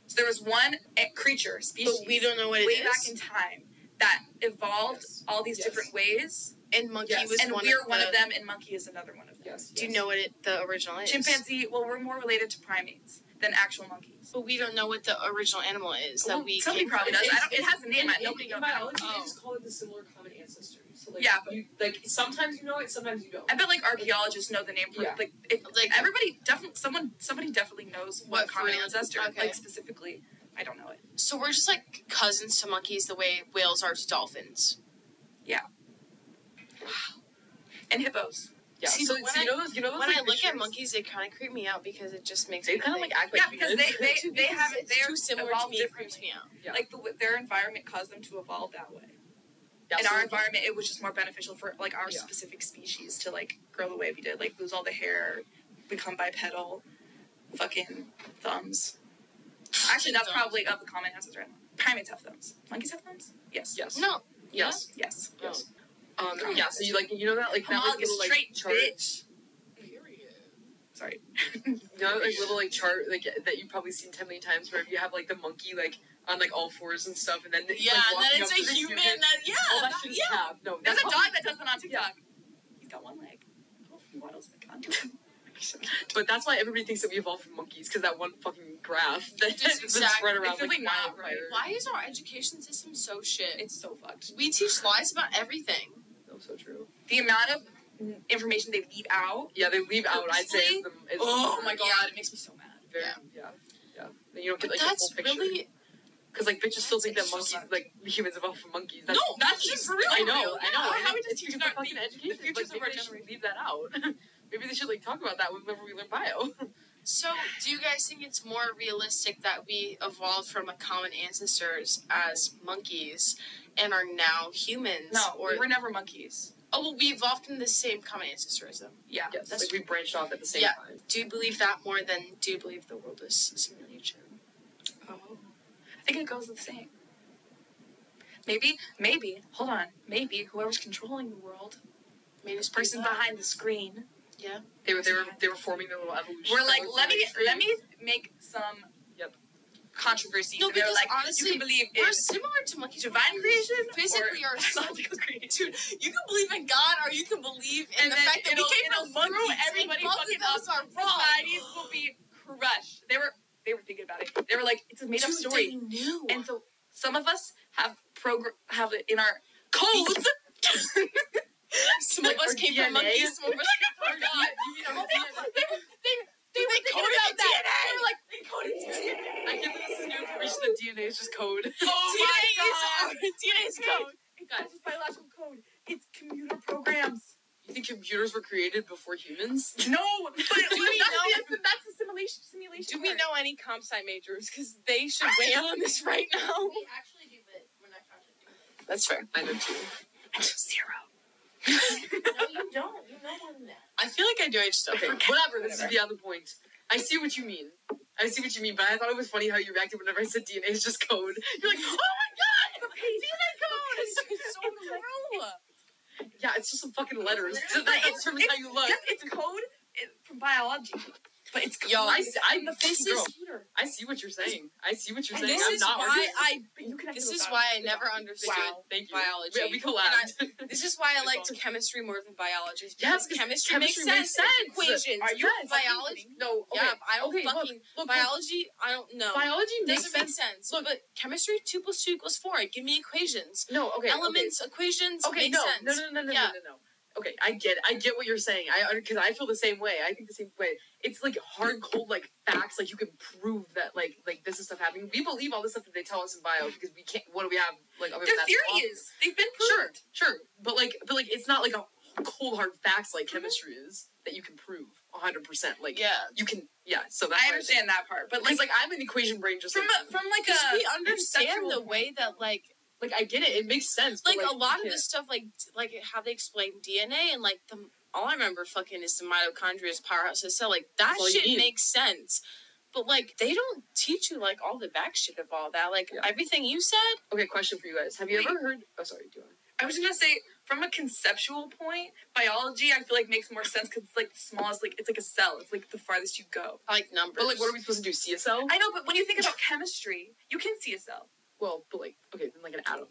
[SPEAKER 5] So there was one a- creature
[SPEAKER 3] But
[SPEAKER 5] species
[SPEAKER 3] we don't know what it is.
[SPEAKER 5] way back in time that evolved
[SPEAKER 1] Yes.
[SPEAKER 5] all these
[SPEAKER 1] Yes.
[SPEAKER 5] different ways,
[SPEAKER 3] And monkey
[SPEAKER 1] Yes.
[SPEAKER 3] was
[SPEAKER 5] and
[SPEAKER 3] one
[SPEAKER 5] we're
[SPEAKER 3] of
[SPEAKER 5] one
[SPEAKER 3] the-
[SPEAKER 5] of them, and monkey is another one of them.
[SPEAKER 1] Yes.
[SPEAKER 3] Do you
[SPEAKER 1] yes.
[SPEAKER 3] know what it, the original is?
[SPEAKER 5] Chimpanzee, well, we're more related to primates than actual monkeys.
[SPEAKER 3] But we don't know what the original animal is that
[SPEAKER 5] Well,
[SPEAKER 3] we.
[SPEAKER 5] somebody
[SPEAKER 3] came
[SPEAKER 5] probably
[SPEAKER 3] from.
[SPEAKER 5] does. I don't, it has a name.
[SPEAKER 1] In,
[SPEAKER 5] I,
[SPEAKER 1] in-
[SPEAKER 5] nobody
[SPEAKER 1] in
[SPEAKER 5] knows.
[SPEAKER 1] biology,
[SPEAKER 3] Oh.
[SPEAKER 1] they just call it the similar common ancestor. So like,
[SPEAKER 5] Yeah, but-
[SPEAKER 1] you, like sometimes you know it, sometimes you don't.
[SPEAKER 5] I bet like archaeologists know the name for
[SPEAKER 1] Yeah.
[SPEAKER 5] like it,
[SPEAKER 3] Like
[SPEAKER 5] everybody definitely someone somebody definitely knows what
[SPEAKER 3] What
[SPEAKER 5] common
[SPEAKER 3] fruit?
[SPEAKER 5] ancestor
[SPEAKER 3] Okay.
[SPEAKER 5] like specifically. I don't know it.
[SPEAKER 3] So we're just like cousins to monkeys the way whales are to dolphins.
[SPEAKER 5] And hippos.
[SPEAKER 1] Yeah.
[SPEAKER 3] See,
[SPEAKER 1] so
[SPEAKER 3] but
[SPEAKER 1] so
[SPEAKER 3] when
[SPEAKER 1] you know those. You know those.
[SPEAKER 3] When I
[SPEAKER 1] like,
[SPEAKER 3] look at
[SPEAKER 1] pictures?
[SPEAKER 3] monkeys, they kind of creep me out because it just makes
[SPEAKER 1] They
[SPEAKER 3] me
[SPEAKER 1] kind of
[SPEAKER 3] think-
[SPEAKER 1] like act like
[SPEAKER 5] yeah, because they
[SPEAKER 1] humans.
[SPEAKER 5] they
[SPEAKER 3] Too-
[SPEAKER 5] they
[SPEAKER 3] because
[SPEAKER 5] have
[SPEAKER 3] it's
[SPEAKER 5] they're
[SPEAKER 3] too similar to
[SPEAKER 5] evolved
[SPEAKER 3] me. It creeps
[SPEAKER 5] differently.
[SPEAKER 3] me out.
[SPEAKER 1] Yeah.
[SPEAKER 5] Like the, their environment caused them to evolve that way.
[SPEAKER 1] Yeah,
[SPEAKER 5] In
[SPEAKER 1] so
[SPEAKER 5] our
[SPEAKER 1] like-
[SPEAKER 5] environment, it was just more beneficial for like our
[SPEAKER 1] Yeah.
[SPEAKER 5] specific species to like grow the way we did, like lose all the hair, become bipedal, fucking thumbs. Actually, that's
[SPEAKER 3] Thumbs.
[SPEAKER 5] probably of the common ancestor. animal. Primates have thumbs. Monkeys have thumbs. Yes.
[SPEAKER 1] Yes.
[SPEAKER 3] No.
[SPEAKER 1] Yes.
[SPEAKER 5] Yes.
[SPEAKER 1] Yes.
[SPEAKER 3] Um,
[SPEAKER 5] Yeah.
[SPEAKER 1] Yeah. So you like you know that like that like,
[SPEAKER 5] Homologous
[SPEAKER 1] little like
[SPEAKER 5] trait,
[SPEAKER 1] chart.
[SPEAKER 5] bitch. Sorry.
[SPEAKER 1] You know, that, like little like chart like that you've probably seen ten million times, where if you have like the monkey like on like all fours and stuff, and then it's,
[SPEAKER 3] Yeah,
[SPEAKER 1] like,
[SPEAKER 3] and
[SPEAKER 1] walking
[SPEAKER 3] then
[SPEAKER 1] up to
[SPEAKER 3] it's a
[SPEAKER 1] the
[SPEAKER 3] human.
[SPEAKER 1] human.
[SPEAKER 3] That yeah,
[SPEAKER 1] All that
[SPEAKER 3] that-
[SPEAKER 1] shit is
[SPEAKER 3] yeah.
[SPEAKER 1] tab. No,
[SPEAKER 5] There's
[SPEAKER 1] that's
[SPEAKER 5] a
[SPEAKER 1] all-
[SPEAKER 5] dog that does that on TikTok. He's got one leg. Oh, he waddles like on
[SPEAKER 1] But that's why everybody thinks that we evolved from monkeys because that one fucking graph that
[SPEAKER 3] Just
[SPEAKER 1] that's
[SPEAKER 3] exact-
[SPEAKER 1] spread around
[SPEAKER 5] it's
[SPEAKER 1] like
[SPEAKER 5] really not,
[SPEAKER 1] wildfire.
[SPEAKER 3] Why is our education system so shit?
[SPEAKER 5] It's so fucked.
[SPEAKER 3] We teach lies about everything.
[SPEAKER 1] No, so true.
[SPEAKER 5] The amount of information they leave out.
[SPEAKER 1] Yeah, they leave out. I'd say is the. Is
[SPEAKER 5] Yeah, it makes me so mad.
[SPEAKER 1] Very, yeah.
[SPEAKER 3] Oh Yeah.
[SPEAKER 1] yeah, And You don't
[SPEAKER 3] But
[SPEAKER 1] get like the full
[SPEAKER 3] that's
[SPEAKER 1] picture.
[SPEAKER 3] really
[SPEAKER 1] Because like bitches still think that
[SPEAKER 5] It's so
[SPEAKER 1] monkeys,
[SPEAKER 5] sad.
[SPEAKER 1] like humans evolved from monkeys. That's,
[SPEAKER 3] no.
[SPEAKER 5] that's
[SPEAKER 3] monkeys,
[SPEAKER 5] just for real,
[SPEAKER 1] I
[SPEAKER 5] real.
[SPEAKER 1] know, I know.
[SPEAKER 5] Yeah,
[SPEAKER 1] and
[SPEAKER 5] how
[SPEAKER 1] it-
[SPEAKER 5] would
[SPEAKER 1] it's
[SPEAKER 5] you
[SPEAKER 1] just
[SPEAKER 5] not
[SPEAKER 1] the fucking
[SPEAKER 5] be-
[SPEAKER 1] education.
[SPEAKER 5] the futures of our
[SPEAKER 1] like, maybe they should leave that out. maybe they should like talk about that whenever we learn bio.
[SPEAKER 3] So, do you guys think it's more realistic that we evolved from a common ancestors as monkeys and are now humans?
[SPEAKER 5] No,
[SPEAKER 3] or
[SPEAKER 5] we were never monkeys.
[SPEAKER 3] oh, well, we evolved from the same common ancestorism.
[SPEAKER 5] Yeah.
[SPEAKER 1] yes,
[SPEAKER 3] that's-
[SPEAKER 1] like we branched off at the same
[SPEAKER 3] Yeah.
[SPEAKER 1] time.
[SPEAKER 3] Do you believe that more than do you believe the world is a simulation?
[SPEAKER 5] Oh. I think it goes the same. Maybe, maybe, hold on, maybe whoever's controlling the world,
[SPEAKER 3] Made us
[SPEAKER 5] person
[SPEAKER 3] believe that?
[SPEAKER 5] behind the screen,
[SPEAKER 1] They were they were they were forming their little evolution.
[SPEAKER 5] We're like,
[SPEAKER 1] their little
[SPEAKER 5] let me
[SPEAKER 1] tree.
[SPEAKER 5] let me make some
[SPEAKER 1] Yep.
[SPEAKER 5] controversy.
[SPEAKER 3] No,
[SPEAKER 5] and they're
[SPEAKER 3] because
[SPEAKER 5] like,
[SPEAKER 3] honestly,
[SPEAKER 5] you can believe
[SPEAKER 3] We're
[SPEAKER 5] in
[SPEAKER 3] similar to monkeys.
[SPEAKER 5] divine creation,
[SPEAKER 3] Basically,
[SPEAKER 5] or
[SPEAKER 3] our
[SPEAKER 5] biological creation.
[SPEAKER 3] Dude, you can believe in God, or you can believe in
[SPEAKER 5] And
[SPEAKER 3] the
[SPEAKER 5] then
[SPEAKER 3] fact that we
[SPEAKER 5] it'll-
[SPEAKER 3] came
[SPEAKER 5] it'll
[SPEAKER 3] from monkeys.
[SPEAKER 5] screw
[SPEAKER 3] and
[SPEAKER 5] everybody
[SPEAKER 3] both
[SPEAKER 5] fucking
[SPEAKER 3] of those are wrong.
[SPEAKER 5] Societies will be crushed. They were they were thinking about it. They were like, it's a made up
[SPEAKER 3] Dude,
[SPEAKER 5] story.
[SPEAKER 3] They knew.
[SPEAKER 5] And so some of us have progr- have it in our codes.
[SPEAKER 3] some
[SPEAKER 1] like,
[SPEAKER 3] of us
[SPEAKER 1] our
[SPEAKER 3] came from
[SPEAKER 1] DNA.
[SPEAKER 3] monkeys. Some of us came from God.
[SPEAKER 1] You mean our DNA?
[SPEAKER 5] they, they, they were thinking
[SPEAKER 3] coded
[SPEAKER 5] about
[SPEAKER 3] the
[SPEAKER 5] that.
[SPEAKER 3] DNA.
[SPEAKER 5] They were like, they coded DNA.
[SPEAKER 1] I can this is new information that DNA is just code.
[SPEAKER 5] Oh my god.
[SPEAKER 3] DNA is DNA is
[SPEAKER 5] Hey,
[SPEAKER 3] code.
[SPEAKER 5] Guys, it's biological code. It's computer programs.
[SPEAKER 1] You think computers were created before humans?
[SPEAKER 5] No, but, but that's,
[SPEAKER 3] Do we know-
[SPEAKER 5] the, that's the simulation. Simulation.
[SPEAKER 3] Do we
[SPEAKER 5] part.
[SPEAKER 3] know any comp sci majors? Because they should weigh in on this right now.
[SPEAKER 2] We actually do, but we're not contradicting.
[SPEAKER 3] That's fair.
[SPEAKER 1] I know too.
[SPEAKER 5] Zero.
[SPEAKER 2] no, you don't. You know more than that.
[SPEAKER 3] I feel like I do. I just don't.
[SPEAKER 1] Okay,
[SPEAKER 3] forget.
[SPEAKER 1] whatever. This is
[SPEAKER 5] Whatever.
[SPEAKER 1] beyond the point. I see what you mean. I see what you mean, but I thought it was funny how you reacted whenever I said DNA is just code. You're like, oh my god,
[SPEAKER 3] It's
[SPEAKER 1] DNA code.
[SPEAKER 3] Oh, so cruel.
[SPEAKER 1] yeah, it's just some fucking letters.
[SPEAKER 2] It's-
[SPEAKER 1] That that determines how you look.
[SPEAKER 5] Yes, it's code it, from biology, but it's code.
[SPEAKER 3] Yo,
[SPEAKER 1] I, s- I,
[SPEAKER 3] This is-
[SPEAKER 1] girl, I see what you're saying. I see what you're
[SPEAKER 5] And
[SPEAKER 1] saying.
[SPEAKER 3] This
[SPEAKER 1] I'm
[SPEAKER 3] is
[SPEAKER 1] not
[SPEAKER 3] why
[SPEAKER 1] arguing.
[SPEAKER 3] I.
[SPEAKER 5] But you can
[SPEAKER 3] This is why I never understood.
[SPEAKER 5] Wow.
[SPEAKER 1] Thank you.
[SPEAKER 3] biology.
[SPEAKER 1] Yeah, we
[SPEAKER 3] And
[SPEAKER 1] collabed.
[SPEAKER 3] This is why I
[SPEAKER 1] Good
[SPEAKER 3] liked
[SPEAKER 1] call.
[SPEAKER 3] chemistry more than biology. is because
[SPEAKER 1] Yes, 'cause
[SPEAKER 3] chemistry,
[SPEAKER 1] chemistry makes
[SPEAKER 3] makes sense. It's
[SPEAKER 1] sense.
[SPEAKER 3] Equations.
[SPEAKER 1] Are you
[SPEAKER 3] Yes.
[SPEAKER 1] fucking
[SPEAKER 3] biology?
[SPEAKER 1] no, okay.
[SPEAKER 3] Yeah, I don't
[SPEAKER 1] okay, look,
[SPEAKER 3] fucking
[SPEAKER 1] look, look,
[SPEAKER 3] biology. I don't know.
[SPEAKER 1] biology makes
[SPEAKER 3] Doesn't make
[SPEAKER 1] sense.
[SPEAKER 3] sense. but chemistry two plus two equals four. Give me equations.
[SPEAKER 1] No, okay. okay.
[SPEAKER 3] Elements, equations.
[SPEAKER 1] Okay,
[SPEAKER 3] makes
[SPEAKER 1] no,
[SPEAKER 3] sense.
[SPEAKER 1] no, no, no, no,
[SPEAKER 3] Yeah.
[SPEAKER 1] no, no, no. Okay, I get, I get what you're saying. I because I feel the same way. I think the same way. It's like hard, cold, like facts. Like you can prove that, like, like this is stuff happening. We believe all this stuff that they tell us in bio because we can't. What do we have? Like other
[SPEAKER 5] Their
[SPEAKER 1] than that?
[SPEAKER 5] theory is they've been
[SPEAKER 1] Sure,
[SPEAKER 5] proved.
[SPEAKER 1] sure, but like, but like, it's not like a cold hard facts like chemistry is that you can prove 100. percent Like
[SPEAKER 3] Mm-hmm. Yeah.
[SPEAKER 1] you can, yeah. So that's
[SPEAKER 5] I understand that part, but like,
[SPEAKER 1] like, like I'm an equation brain, just
[SPEAKER 5] from
[SPEAKER 1] like,
[SPEAKER 5] a, from like
[SPEAKER 3] Because
[SPEAKER 5] a
[SPEAKER 3] we understand the
[SPEAKER 5] conceptual-
[SPEAKER 3] way that like
[SPEAKER 1] like I get it. It makes sense. but,
[SPEAKER 3] like, a
[SPEAKER 1] you
[SPEAKER 3] lot of
[SPEAKER 1] can't-
[SPEAKER 3] this stuff like d- like how they explain DNA and like the all I remember fucking is the mitochondria is powerhouse of the cell. Like that
[SPEAKER 1] That's all you
[SPEAKER 3] shit
[SPEAKER 1] need.
[SPEAKER 3] makes sense. But like they don't teach you like all the back shit of all that. Like
[SPEAKER 1] Yeah.
[SPEAKER 3] everything you said,
[SPEAKER 1] Okay, question for you guys. Have you
[SPEAKER 5] Wait.
[SPEAKER 1] ever heard? Oh, sorry, do you want?
[SPEAKER 5] I was gonna say from a conceptual point, biology I feel like makes more sense because it's like the smallest, like it's like a cell. It's like the farthest you go.
[SPEAKER 3] I like numbers.
[SPEAKER 1] But like, what are we supposed to do? CSL?
[SPEAKER 5] I know, but when you think about chemistry, you can see a cell.
[SPEAKER 1] Well, but like, okay, then like an atom.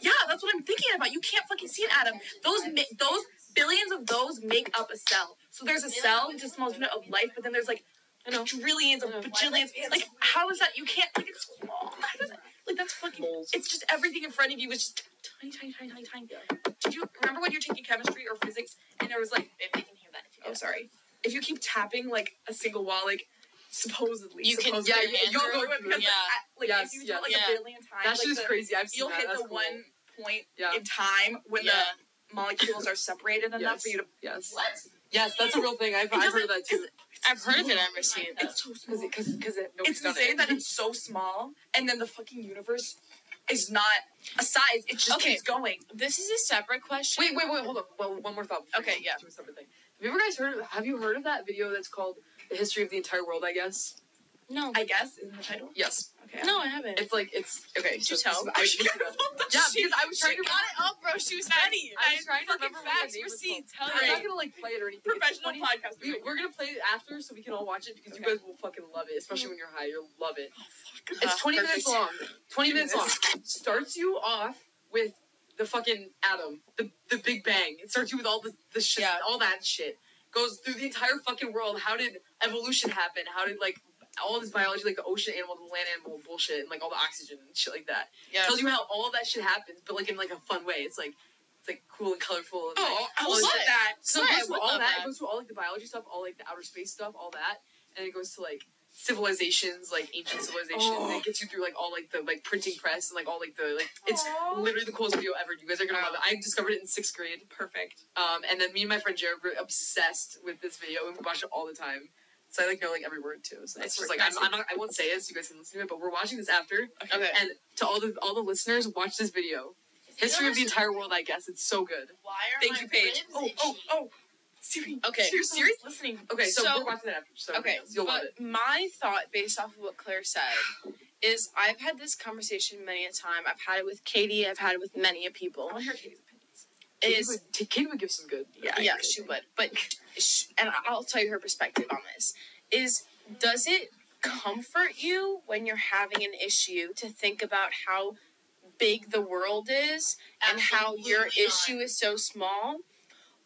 [SPEAKER 5] Yeah, that's what I'm thinking about. You can't fucking see it, Adam. Those mi- those billions of those make up a cell. So there's a cell, which is a small unit of life, but then there's like
[SPEAKER 6] I know.
[SPEAKER 5] trillions of
[SPEAKER 6] I know.
[SPEAKER 5] bajillions. Like how is that? You can't like it's how does that- like that's fucking.
[SPEAKER 1] Moles.
[SPEAKER 5] It's just everything in front of you is just tiny, tiny, tiny, tiny, tiny. Did you remember when you're taking chemistry or physics and there was like
[SPEAKER 2] If they can hear that, if you
[SPEAKER 5] oh sorry, if you keep tapping like a single wall like. Supposedly,
[SPEAKER 2] You can-
[SPEAKER 5] supposedly,
[SPEAKER 2] yeah, you-
[SPEAKER 5] you'll
[SPEAKER 2] you'll
[SPEAKER 5] go
[SPEAKER 2] go
[SPEAKER 5] because
[SPEAKER 2] through.
[SPEAKER 5] like, I- like,
[SPEAKER 1] Yes,
[SPEAKER 5] if you do
[SPEAKER 1] yes.
[SPEAKER 5] it like
[SPEAKER 2] Yeah.
[SPEAKER 5] a billion times,
[SPEAKER 1] That
[SPEAKER 5] like,
[SPEAKER 1] shit is
[SPEAKER 5] the-
[SPEAKER 1] crazy. I've seen
[SPEAKER 5] you'll
[SPEAKER 1] that.
[SPEAKER 5] hit
[SPEAKER 1] That's
[SPEAKER 5] the
[SPEAKER 1] cool.
[SPEAKER 5] one point
[SPEAKER 1] Yeah.
[SPEAKER 5] in time when
[SPEAKER 2] yeah.
[SPEAKER 5] the molecules are separated enough
[SPEAKER 1] Yes.
[SPEAKER 5] for you to.
[SPEAKER 1] Yes.
[SPEAKER 2] What?
[SPEAKER 1] Yes, that's a real thing. I've,
[SPEAKER 5] It
[SPEAKER 1] I've
[SPEAKER 5] doesn't-
[SPEAKER 1] heard that too.
[SPEAKER 2] I've heard of it. I've never seen it.
[SPEAKER 5] It's so
[SPEAKER 1] Because
[SPEAKER 5] small.
[SPEAKER 1] it, cause, cause it, nobody's
[SPEAKER 5] It's
[SPEAKER 1] done
[SPEAKER 5] insane
[SPEAKER 1] it.
[SPEAKER 5] that it's so small, and then the fucking universe is not a size. It just
[SPEAKER 2] Okay.
[SPEAKER 5] keeps going.
[SPEAKER 2] This is a separate question.
[SPEAKER 1] Wait, wait, wait, hold up. Well, one more thought.
[SPEAKER 2] Okay, yeah.
[SPEAKER 1] To a separate thing. Have you ever guys heard? Of, have you heard of that video that's called "The History of the Entire World"? I guess.
[SPEAKER 2] No.
[SPEAKER 5] I guess is in the title.
[SPEAKER 1] Yes.
[SPEAKER 5] Okay.
[SPEAKER 2] no, I haven't.
[SPEAKER 1] It's like it's okay.
[SPEAKER 2] Did
[SPEAKER 1] so
[SPEAKER 2] you tell?
[SPEAKER 1] this- I
[SPEAKER 5] She
[SPEAKER 1] looked it up. yeah, because I was
[SPEAKER 2] She
[SPEAKER 1] trying to.
[SPEAKER 2] got it up, bro. She was ready.
[SPEAKER 1] I was trying to
[SPEAKER 2] fucking
[SPEAKER 1] remember what the
[SPEAKER 2] facts,
[SPEAKER 1] name was
[SPEAKER 2] receipts. Hell
[SPEAKER 1] I'm
[SPEAKER 2] yeah.
[SPEAKER 1] not gonna like play it or anything. It's
[SPEAKER 5] Professional
[SPEAKER 1] funny.
[SPEAKER 5] podcast.
[SPEAKER 1] We, we're gonna play it after so we can all watch it because
[SPEAKER 5] Okay.
[SPEAKER 1] you guys will fucking love it, especially when you're high. You'll love it.
[SPEAKER 2] Ah,
[SPEAKER 5] Uh,
[SPEAKER 1] It's 20 minutes
[SPEAKER 2] perfect.
[SPEAKER 1] long. 20 minutes long.
[SPEAKER 5] Jesus.
[SPEAKER 1] Starts you off with the fucking atom, the, the Big Bang. It starts you with all the, the shit,
[SPEAKER 2] Yeah.
[SPEAKER 1] all that shit. Goes through the entire fucking world. How did evolution happen? How did, like, all this biology, like the ocean animal, the land animal bullshit, and like all the oxygen and shit like that.
[SPEAKER 2] Yeah.
[SPEAKER 1] Tells you how all that shit happens, but like in like a fun way. It's like, it's like cool and colorful. And, like,
[SPEAKER 5] Oh, I
[SPEAKER 1] all
[SPEAKER 5] love
[SPEAKER 1] this shit.
[SPEAKER 5] that.
[SPEAKER 1] So
[SPEAKER 2] Yeah,
[SPEAKER 1] it
[SPEAKER 2] I
[SPEAKER 1] goes through
[SPEAKER 2] would
[SPEAKER 1] all
[SPEAKER 2] love
[SPEAKER 1] that.
[SPEAKER 2] that.
[SPEAKER 1] It goes through all like the outer stuff, all like the outer space stuff, all that, and it goes to like civilizations, like ancient civilizations.
[SPEAKER 5] Oh.
[SPEAKER 1] And it gets you through like all like the like printing press and like all like the like it's literally the coolest video ever. You guys are gonna love it. I discovered it in sixth grade.
[SPEAKER 5] Perfect.
[SPEAKER 1] Um, and then me and my friend Jared were obsessed with this video and we watched it all the time. So I like know like every word too. So
[SPEAKER 5] That's
[SPEAKER 1] it's just
[SPEAKER 5] right.
[SPEAKER 1] like I'm, I'm not I won't say it so you guys can listen to it, but we're watching this after.
[SPEAKER 2] Okay.
[SPEAKER 1] And to all the all the listeners, watch this video. History of the entire world, I guess. It's so good.
[SPEAKER 2] Why are
[SPEAKER 5] Thank
[SPEAKER 2] my
[SPEAKER 5] you, Paige.
[SPEAKER 2] ribs
[SPEAKER 5] Oh, oh,
[SPEAKER 2] itchy?
[SPEAKER 5] oh. Siri.
[SPEAKER 2] Okay.
[SPEAKER 5] Siri- Siri's listening.
[SPEAKER 1] Okay, so,
[SPEAKER 2] So-
[SPEAKER 1] we're watching that after. So
[SPEAKER 2] Okay,
[SPEAKER 1] you'll
[SPEAKER 2] but
[SPEAKER 1] love it.
[SPEAKER 3] my thought based off of what Claire said is I've had this conversation many a time. I've had it with Katie, I've had it with many a people.
[SPEAKER 1] I want to hear Katie's opinions. Katie
[SPEAKER 3] Is
[SPEAKER 1] would, t- Katie would give some good.
[SPEAKER 3] yeah, yeah, she would. But sh and I'll tell you her perspective on this is does it comfort you when you're having an issue to think about how big the world is and how your
[SPEAKER 2] Absolutely not.
[SPEAKER 3] issue is so small?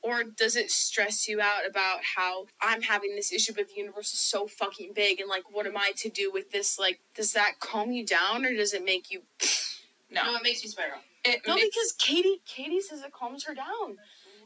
[SPEAKER 3] Or does it stress you out about how I'm having this issue, but the universe is so fucking big, and like, what am I to do with this? Like, does that calm you down, or does it make you?
[SPEAKER 2] No, it makes me spiral.
[SPEAKER 5] It
[SPEAKER 3] No,
[SPEAKER 5] makes-
[SPEAKER 3] because Katie, Katie says it calms her down.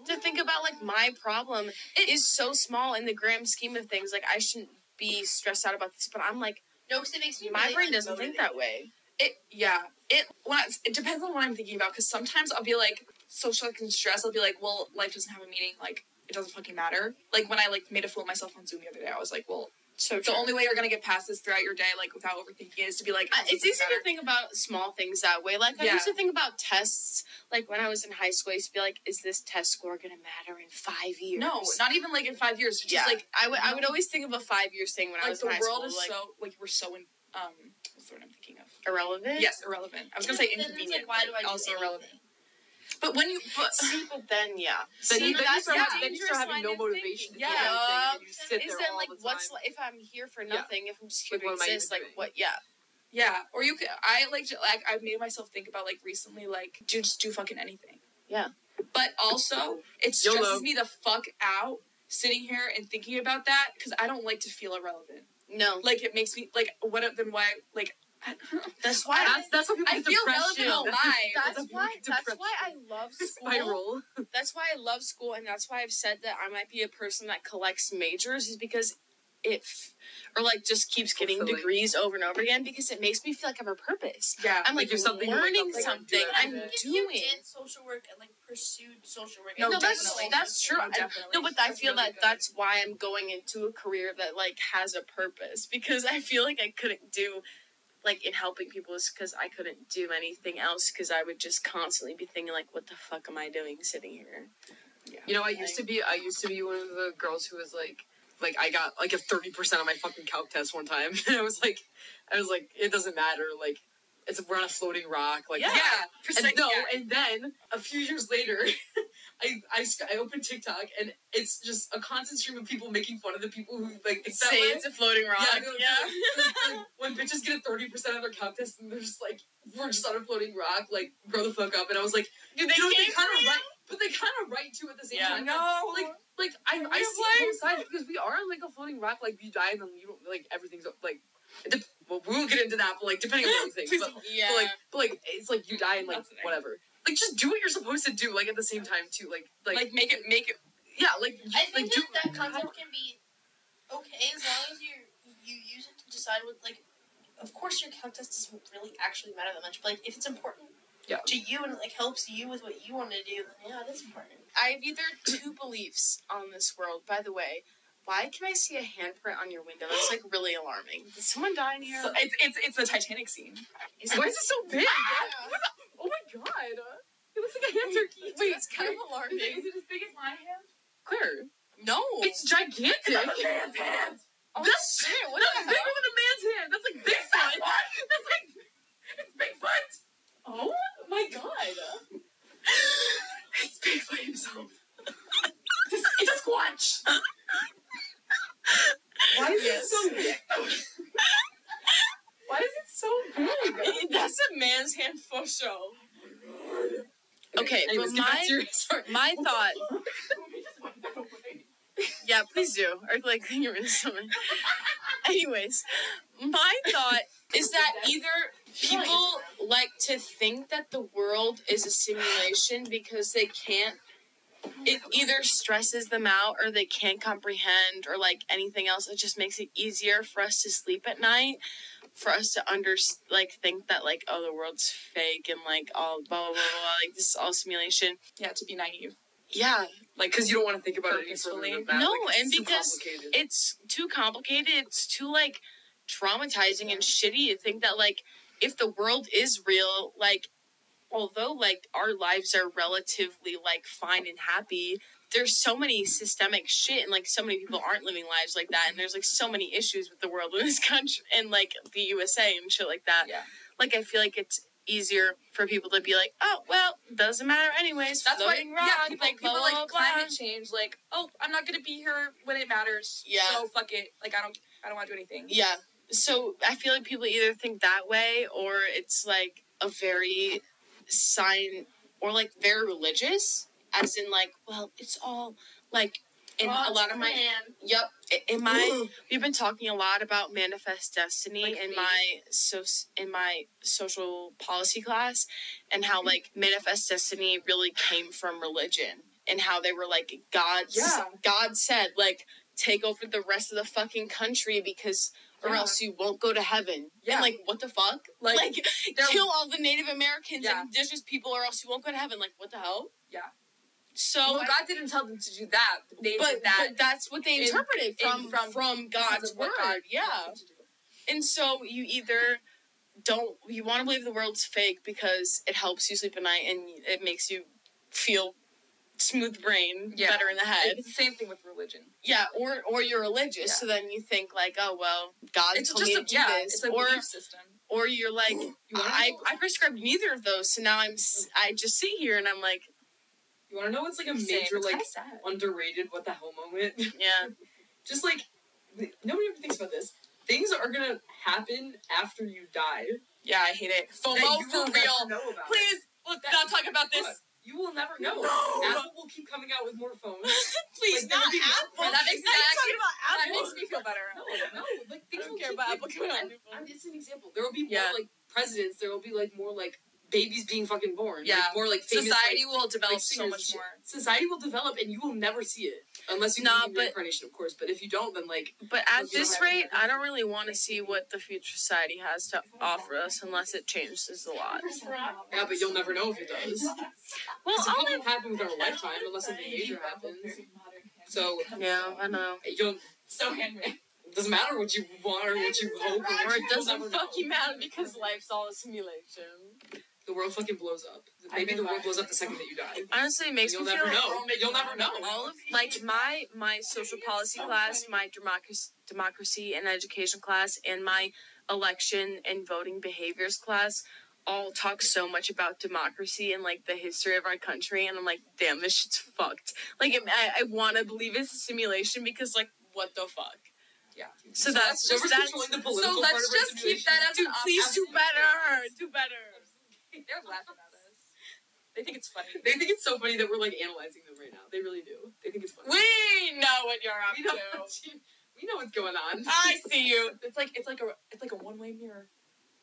[SPEAKER 3] To think about like my problem
[SPEAKER 2] It-
[SPEAKER 3] is so small in the grand scheme of things. Like, I shouldn't be stressed out about this, but I'm like,
[SPEAKER 2] No, because it makes me.
[SPEAKER 3] my
[SPEAKER 2] really
[SPEAKER 3] brain doesn't think
[SPEAKER 2] unmotivated.
[SPEAKER 3] that way.
[SPEAKER 5] It yeah. It when I, it depends on what I'm thinking about because sometimes I'll be like so shocked and stressed. I'll be like, well, life doesn't have a meaning. Like it doesn't fucking matter. Like when I like made a fool of myself on Zoom the other day, I was like, well,
[SPEAKER 3] So
[SPEAKER 5] the only way you're gonna get past this throughout your day, like without overthinking, it, is to be like,
[SPEAKER 1] Uh,
[SPEAKER 3] I-
[SPEAKER 5] this
[SPEAKER 3] it's
[SPEAKER 5] doesn't
[SPEAKER 3] easy
[SPEAKER 5] matter.
[SPEAKER 3] to think about small things that way. Like I
[SPEAKER 5] Yeah.
[SPEAKER 3] used to think about tests. Like when I was in high school, I used to be like, "Is this test score gonna matter in five years?"
[SPEAKER 5] No, not even like in five years. Just
[SPEAKER 3] yeah.
[SPEAKER 5] like
[SPEAKER 3] I would. I would always think of a five years thing when I
[SPEAKER 5] like
[SPEAKER 3] was
[SPEAKER 5] the
[SPEAKER 3] in high
[SPEAKER 5] world
[SPEAKER 3] school.
[SPEAKER 5] is
[SPEAKER 3] like
[SPEAKER 5] so like we're so in um what's the word I'm thinking of?
[SPEAKER 3] irrelevant.
[SPEAKER 5] Yes, irrelevant. I was gonna say
[SPEAKER 2] Then it's
[SPEAKER 5] inconvenient.
[SPEAKER 2] Like, why do I do
[SPEAKER 5] also
[SPEAKER 2] anything?
[SPEAKER 5] irrelevant. But when you but,
[SPEAKER 3] See, but then yeah.
[SPEAKER 1] Then,
[SPEAKER 3] See,
[SPEAKER 1] you- then, you
[SPEAKER 3] that's
[SPEAKER 1] start,
[SPEAKER 3] the
[SPEAKER 1] having- then you
[SPEAKER 3] dangerous
[SPEAKER 1] start having
[SPEAKER 3] line
[SPEAKER 1] no
[SPEAKER 3] of thinking.
[SPEAKER 1] motivation to do
[SPEAKER 3] Yeah.
[SPEAKER 1] anything, and you sit
[SPEAKER 3] Is
[SPEAKER 1] there
[SPEAKER 3] then
[SPEAKER 1] all
[SPEAKER 3] like
[SPEAKER 1] the
[SPEAKER 3] what's
[SPEAKER 1] time.
[SPEAKER 3] li- if I'm here for
[SPEAKER 1] Yeah.
[SPEAKER 3] nothing? If I'm just here
[SPEAKER 1] Like, what am
[SPEAKER 3] to
[SPEAKER 1] I even
[SPEAKER 3] exist, like
[SPEAKER 1] doing?
[SPEAKER 3] what? Yeah.
[SPEAKER 5] Yeah, or you could. I like to- like I've made myself think about like recently like dude just do fucking anything.
[SPEAKER 3] Yeah.
[SPEAKER 5] But also it
[SPEAKER 1] YOLO.
[SPEAKER 5] stresses me the fuck out sitting here and thinking about that because I don't like to feel irrelevant.
[SPEAKER 3] No.
[SPEAKER 5] Like it makes me like what then why like I don't know.
[SPEAKER 3] That's why.
[SPEAKER 1] That's, that's what people
[SPEAKER 5] I
[SPEAKER 1] with
[SPEAKER 5] feel
[SPEAKER 1] depression.
[SPEAKER 5] relevant all
[SPEAKER 1] that's-
[SPEAKER 5] my
[SPEAKER 1] that's
[SPEAKER 3] that's
[SPEAKER 1] a
[SPEAKER 3] why.
[SPEAKER 1] big
[SPEAKER 3] That's
[SPEAKER 1] depression.
[SPEAKER 3] why I love school.
[SPEAKER 1] Spiral.
[SPEAKER 3] that's why I love school, and that's why I've said that I might be a person that collects majors, is because it, f- or like just keeps getting
[SPEAKER 1] Fulfilling.
[SPEAKER 3] degrees over and over again because it makes me feel like I have a purpose.
[SPEAKER 5] Yeah.
[SPEAKER 3] I'm
[SPEAKER 1] Like
[SPEAKER 3] like,
[SPEAKER 1] there's something you wake
[SPEAKER 3] learning
[SPEAKER 1] up for, like,
[SPEAKER 3] something.
[SPEAKER 1] do
[SPEAKER 3] I'm
[SPEAKER 1] everything.
[SPEAKER 2] If you
[SPEAKER 3] doing.
[SPEAKER 2] did social work and like pursued social work.
[SPEAKER 5] No,
[SPEAKER 2] and
[SPEAKER 3] No, that's
[SPEAKER 5] definitely.
[SPEAKER 3] that's true.
[SPEAKER 1] Oh,
[SPEAKER 3] I-
[SPEAKER 5] definitely.
[SPEAKER 3] no, but I
[SPEAKER 5] That's
[SPEAKER 3] feel
[SPEAKER 5] really
[SPEAKER 3] that
[SPEAKER 5] good.
[SPEAKER 3] that's why I'm going into a career that like has a purpose because I feel like I couldn't do like in helping people is because I couldn't do anything else because I would just constantly be thinking like, what the fuck am I doing sitting here?
[SPEAKER 1] You know, I used to be I used to be one of the girls who was like like I got like a thirty percent on my fucking calc test one time. And I was like I was like, it doesn't matter, like it's we're on a floating rock, like
[SPEAKER 5] yeah.
[SPEAKER 1] And
[SPEAKER 5] Percent-
[SPEAKER 1] no,
[SPEAKER 5] yeah.
[SPEAKER 1] and then a few years later, I, I sc- I opened TikTok and it's just a constant stream of people making fun of the people who like it's that
[SPEAKER 3] Say
[SPEAKER 1] way.
[SPEAKER 3] it's a floating rock.
[SPEAKER 1] Yeah, no, no, like, like, when bitches get a thirty percent of their contest and they're just like, were just on a floating rock, like grow the fuck up. And I was like,
[SPEAKER 5] Do they
[SPEAKER 1] you know, they
[SPEAKER 5] came
[SPEAKER 1] kind
[SPEAKER 5] for
[SPEAKER 1] of
[SPEAKER 5] you?
[SPEAKER 1] right, but they kind of right too at the same
[SPEAKER 5] Yeah.
[SPEAKER 1] time.
[SPEAKER 5] No.
[SPEAKER 1] like like I I
[SPEAKER 5] You're
[SPEAKER 1] see both
[SPEAKER 5] like-
[SPEAKER 1] sides because we are on like a floating rock. Like you die and then you don't like everything's like. it dep well, we won't get into that, but like depending on what you think,
[SPEAKER 5] Please
[SPEAKER 1] but,
[SPEAKER 5] don't.
[SPEAKER 1] but, like but like it's like you die and like
[SPEAKER 5] That's an idea.
[SPEAKER 1] whatever. Like just do what you're supposed to do. Like at the same time too. Like like,
[SPEAKER 5] like, make it make it
[SPEAKER 1] yeah like you-
[SPEAKER 2] I think
[SPEAKER 1] like do
[SPEAKER 2] that, that concept can be okay as long as you you use it to decide what like. Of course, your count test doesn't really actually matter that much, but like if it's important
[SPEAKER 1] Yeah.
[SPEAKER 2] to you and it like helps you with what you want to do, then yeah, it is important.
[SPEAKER 3] I have either two beliefs on this world. By the way, why can I see a handprint on your window? That's like really alarming. Did someone die in here?
[SPEAKER 5] so it's it's it's the Titanic scene.
[SPEAKER 1] why is it so big? Oh my god! It looks like a hand turkey.
[SPEAKER 3] Wait, it's kind of
[SPEAKER 1] Is it-
[SPEAKER 3] alarming.
[SPEAKER 1] is it as big as my hand? Claire,
[SPEAKER 3] No.
[SPEAKER 1] it's gigantic.
[SPEAKER 5] man's hand.
[SPEAKER 3] oh,
[SPEAKER 1] that's-
[SPEAKER 3] shit. What
[SPEAKER 1] That's
[SPEAKER 3] the
[SPEAKER 1] bigger
[SPEAKER 3] hell?
[SPEAKER 1] than a man's hand. That's like this one. That's like it's Bigfoot. Oh my god. it's Bigfoot himself. It's a, it's a squatch. Why is it so big? Why is it so big?
[SPEAKER 3] It- That's a man's hand for sure. Okay,
[SPEAKER 1] anyways,
[SPEAKER 3] but
[SPEAKER 1] get back
[SPEAKER 3] my-
[SPEAKER 1] to your- sorry.
[SPEAKER 3] My thought.
[SPEAKER 1] Let me just wipe that away.
[SPEAKER 3] Yeah, please do. Or like get rid of something. Anyways, my thought is that either people like to think that the world is a simulation because they can't it either stresses them out or they can't comprehend or like anything else it just makes it easier for us to sleep at night for us to under like think that like oh the world's fake and like all blah blah blah, blah like this is all simulation
[SPEAKER 5] Yeah, to be naive.
[SPEAKER 3] yeah
[SPEAKER 1] Like, because you don't want to think about it any further
[SPEAKER 5] Purposefully.
[SPEAKER 1] than that.
[SPEAKER 3] No,
[SPEAKER 1] like, it's
[SPEAKER 3] and
[SPEAKER 1] too
[SPEAKER 3] because
[SPEAKER 1] complicated.
[SPEAKER 3] it's too complicated. It's too like traumatizing and shitty to think that like if the world is real, like although like our lives are relatively like fine and happy, there's so many systemic shit and like so many people aren't living lives like that and there's like so many issues with the world in this country and like the USA and shit like that.
[SPEAKER 5] Yeah.
[SPEAKER 3] Like I feel like it's easier for people to be like, oh well, doesn't matter anyways.
[SPEAKER 5] That's why
[SPEAKER 3] floating rock,
[SPEAKER 5] yeah, people,
[SPEAKER 3] like, blah,
[SPEAKER 5] people like
[SPEAKER 3] blah, blah,
[SPEAKER 5] climate change. Like, oh, I'm not gonna be here when it matters.
[SPEAKER 3] Yeah.
[SPEAKER 5] So fuck it. Like, I don't I don't want to do anything.
[SPEAKER 3] Yeah. So I feel like people either think that way or it's like a very sign or like very religious, as in like, well, it's all like in a lot of my yep i- in my we've been talking a lot about manifest destiny
[SPEAKER 2] Like
[SPEAKER 3] in
[SPEAKER 2] faith.
[SPEAKER 3] my so in my social policy class and how like manifest destiny really came from religion and how they were like god
[SPEAKER 1] Yeah.
[SPEAKER 3] god said like take over the rest of the fucking country because or
[SPEAKER 1] Yeah.
[SPEAKER 3] else you won't go to heaven
[SPEAKER 1] Yeah.
[SPEAKER 3] and like what the fuck
[SPEAKER 5] Like,
[SPEAKER 3] like
[SPEAKER 5] they're-
[SPEAKER 3] kill all the native americans
[SPEAKER 5] Yeah.
[SPEAKER 3] and indigenous people or else you won't go to heaven like what the hell
[SPEAKER 5] Yeah.
[SPEAKER 3] so
[SPEAKER 5] well,
[SPEAKER 3] I-
[SPEAKER 5] God didn't tell them to do that. But they
[SPEAKER 3] but,
[SPEAKER 5] did that.
[SPEAKER 3] but that's what they
[SPEAKER 5] in-
[SPEAKER 3] interpreted
[SPEAKER 5] in-
[SPEAKER 3] from from,
[SPEAKER 5] because
[SPEAKER 3] God's
[SPEAKER 5] of
[SPEAKER 3] word.
[SPEAKER 5] what God
[SPEAKER 3] yeah.
[SPEAKER 5] wants them to do.
[SPEAKER 3] And so you either don't you want to believe the world's fake because it helps you sleep at night and it makes you feel smooth brain
[SPEAKER 5] Yeah.
[SPEAKER 3] better in the head.
[SPEAKER 5] It's the same thing with religion.
[SPEAKER 3] Yeah, or or you're religious, so then you think like, oh well, God
[SPEAKER 5] It's
[SPEAKER 3] told
[SPEAKER 5] just
[SPEAKER 3] me
[SPEAKER 5] a
[SPEAKER 3] to do
[SPEAKER 5] yeah.
[SPEAKER 3] this,
[SPEAKER 5] It's a
[SPEAKER 3] or
[SPEAKER 5] belief system.
[SPEAKER 3] or you're like,
[SPEAKER 1] You wanna
[SPEAKER 3] I
[SPEAKER 1] know-
[SPEAKER 3] I prescribed neither of those, so now I'm s- I just sit here and I'm like,
[SPEAKER 1] You want to know what's like a
[SPEAKER 5] Same.
[SPEAKER 1] major
[SPEAKER 5] It's
[SPEAKER 1] like
[SPEAKER 5] kinda sad.
[SPEAKER 1] underrated what the hell moment?
[SPEAKER 3] yeah,
[SPEAKER 1] Just like th- nobody ever thinks about this. Things are gonna happen after you die.
[SPEAKER 5] Yeah, I hate it.
[SPEAKER 1] that
[SPEAKER 5] FOMO
[SPEAKER 1] you
[SPEAKER 5] for
[SPEAKER 1] will never
[SPEAKER 5] real.
[SPEAKER 1] Know about.
[SPEAKER 5] Please, let's
[SPEAKER 1] That-
[SPEAKER 5] not talk about this.
[SPEAKER 1] Look, You will never know. Apple will keep coming out with more phones.
[SPEAKER 5] Please,
[SPEAKER 1] Like, there
[SPEAKER 5] not
[SPEAKER 1] will be more-
[SPEAKER 5] Apple. That makes me actually, that
[SPEAKER 1] Apple?
[SPEAKER 5] makes me feel better.
[SPEAKER 1] No, no, like things
[SPEAKER 3] don't
[SPEAKER 1] will
[SPEAKER 3] care
[SPEAKER 1] keep,
[SPEAKER 3] about
[SPEAKER 1] like,
[SPEAKER 3] Apple coming out
[SPEAKER 1] I'm-
[SPEAKER 3] with more
[SPEAKER 1] I'm- It's an example. There will be more
[SPEAKER 3] Yeah.
[SPEAKER 1] like presidents. There will be like more like babies being fucking born. Like,
[SPEAKER 5] Yeah.
[SPEAKER 1] more like famous,
[SPEAKER 5] Society
[SPEAKER 1] like,
[SPEAKER 5] will develop
[SPEAKER 1] like,
[SPEAKER 5] so
[SPEAKER 1] singers
[SPEAKER 5] much
[SPEAKER 1] and
[SPEAKER 5] more.
[SPEAKER 1] shit. Society will develop, and you will never see it unless you
[SPEAKER 3] Nah,
[SPEAKER 1] believe in
[SPEAKER 3] but-
[SPEAKER 1] reincarnation, of course. But if you don't, then like
[SPEAKER 3] But
[SPEAKER 1] Well,
[SPEAKER 3] at
[SPEAKER 1] you don't
[SPEAKER 3] this
[SPEAKER 1] have
[SPEAKER 3] rate, I
[SPEAKER 1] anything.
[SPEAKER 3] don't really want to see what the future society has to offer us unless it changes a lot.
[SPEAKER 1] yeah, but you'll never know if it does.
[SPEAKER 3] Well,
[SPEAKER 1] Because
[SPEAKER 3] all
[SPEAKER 1] it won't happen within our lifetime unless something major happens. So
[SPEAKER 3] I, yeah, I know.
[SPEAKER 1] you don't.
[SPEAKER 5] So handmade.
[SPEAKER 1] It doesn't matter what you want or what you hope. Or, what
[SPEAKER 3] Or
[SPEAKER 1] you-
[SPEAKER 3] it
[SPEAKER 1] you'll never
[SPEAKER 3] doesn't
[SPEAKER 1] know.
[SPEAKER 3] fucking matter because life's all a simulation.
[SPEAKER 1] The world fucking blows up. Maybe the world blows up the second that you die.
[SPEAKER 3] Honestly, it makes
[SPEAKER 1] You'll
[SPEAKER 3] me feel
[SPEAKER 1] never know. You'll never know.
[SPEAKER 3] all of like my my social policy class, my democracy democracy and education class, and my election and voting behaviors class all talk so much about democracy and like the history of our country and I'm like, damn, this shit's fucked. Like I'm- I, I wanna believe it's a simulation because like what the fuck?
[SPEAKER 1] Yeah.
[SPEAKER 3] So that's just
[SPEAKER 1] Whoever's
[SPEAKER 3] that's
[SPEAKER 1] controlling the
[SPEAKER 5] So
[SPEAKER 1] political part
[SPEAKER 5] let's
[SPEAKER 1] of our
[SPEAKER 5] just keep
[SPEAKER 1] simulation-
[SPEAKER 5] that as
[SPEAKER 3] dude,
[SPEAKER 5] an option.
[SPEAKER 3] please do better. Do better.
[SPEAKER 5] They're laughing at us. They think it's funny.
[SPEAKER 1] They think it's so funny that we're like analyzing them right now. They really do. They think it's funny.
[SPEAKER 5] We know what you're up
[SPEAKER 1] we know,
[SPEAKER 5] to.
[SPEAKER 1] we know what's going on.
[SPEAKER 5] I see you. It's like it's like a it's like a one way mirror.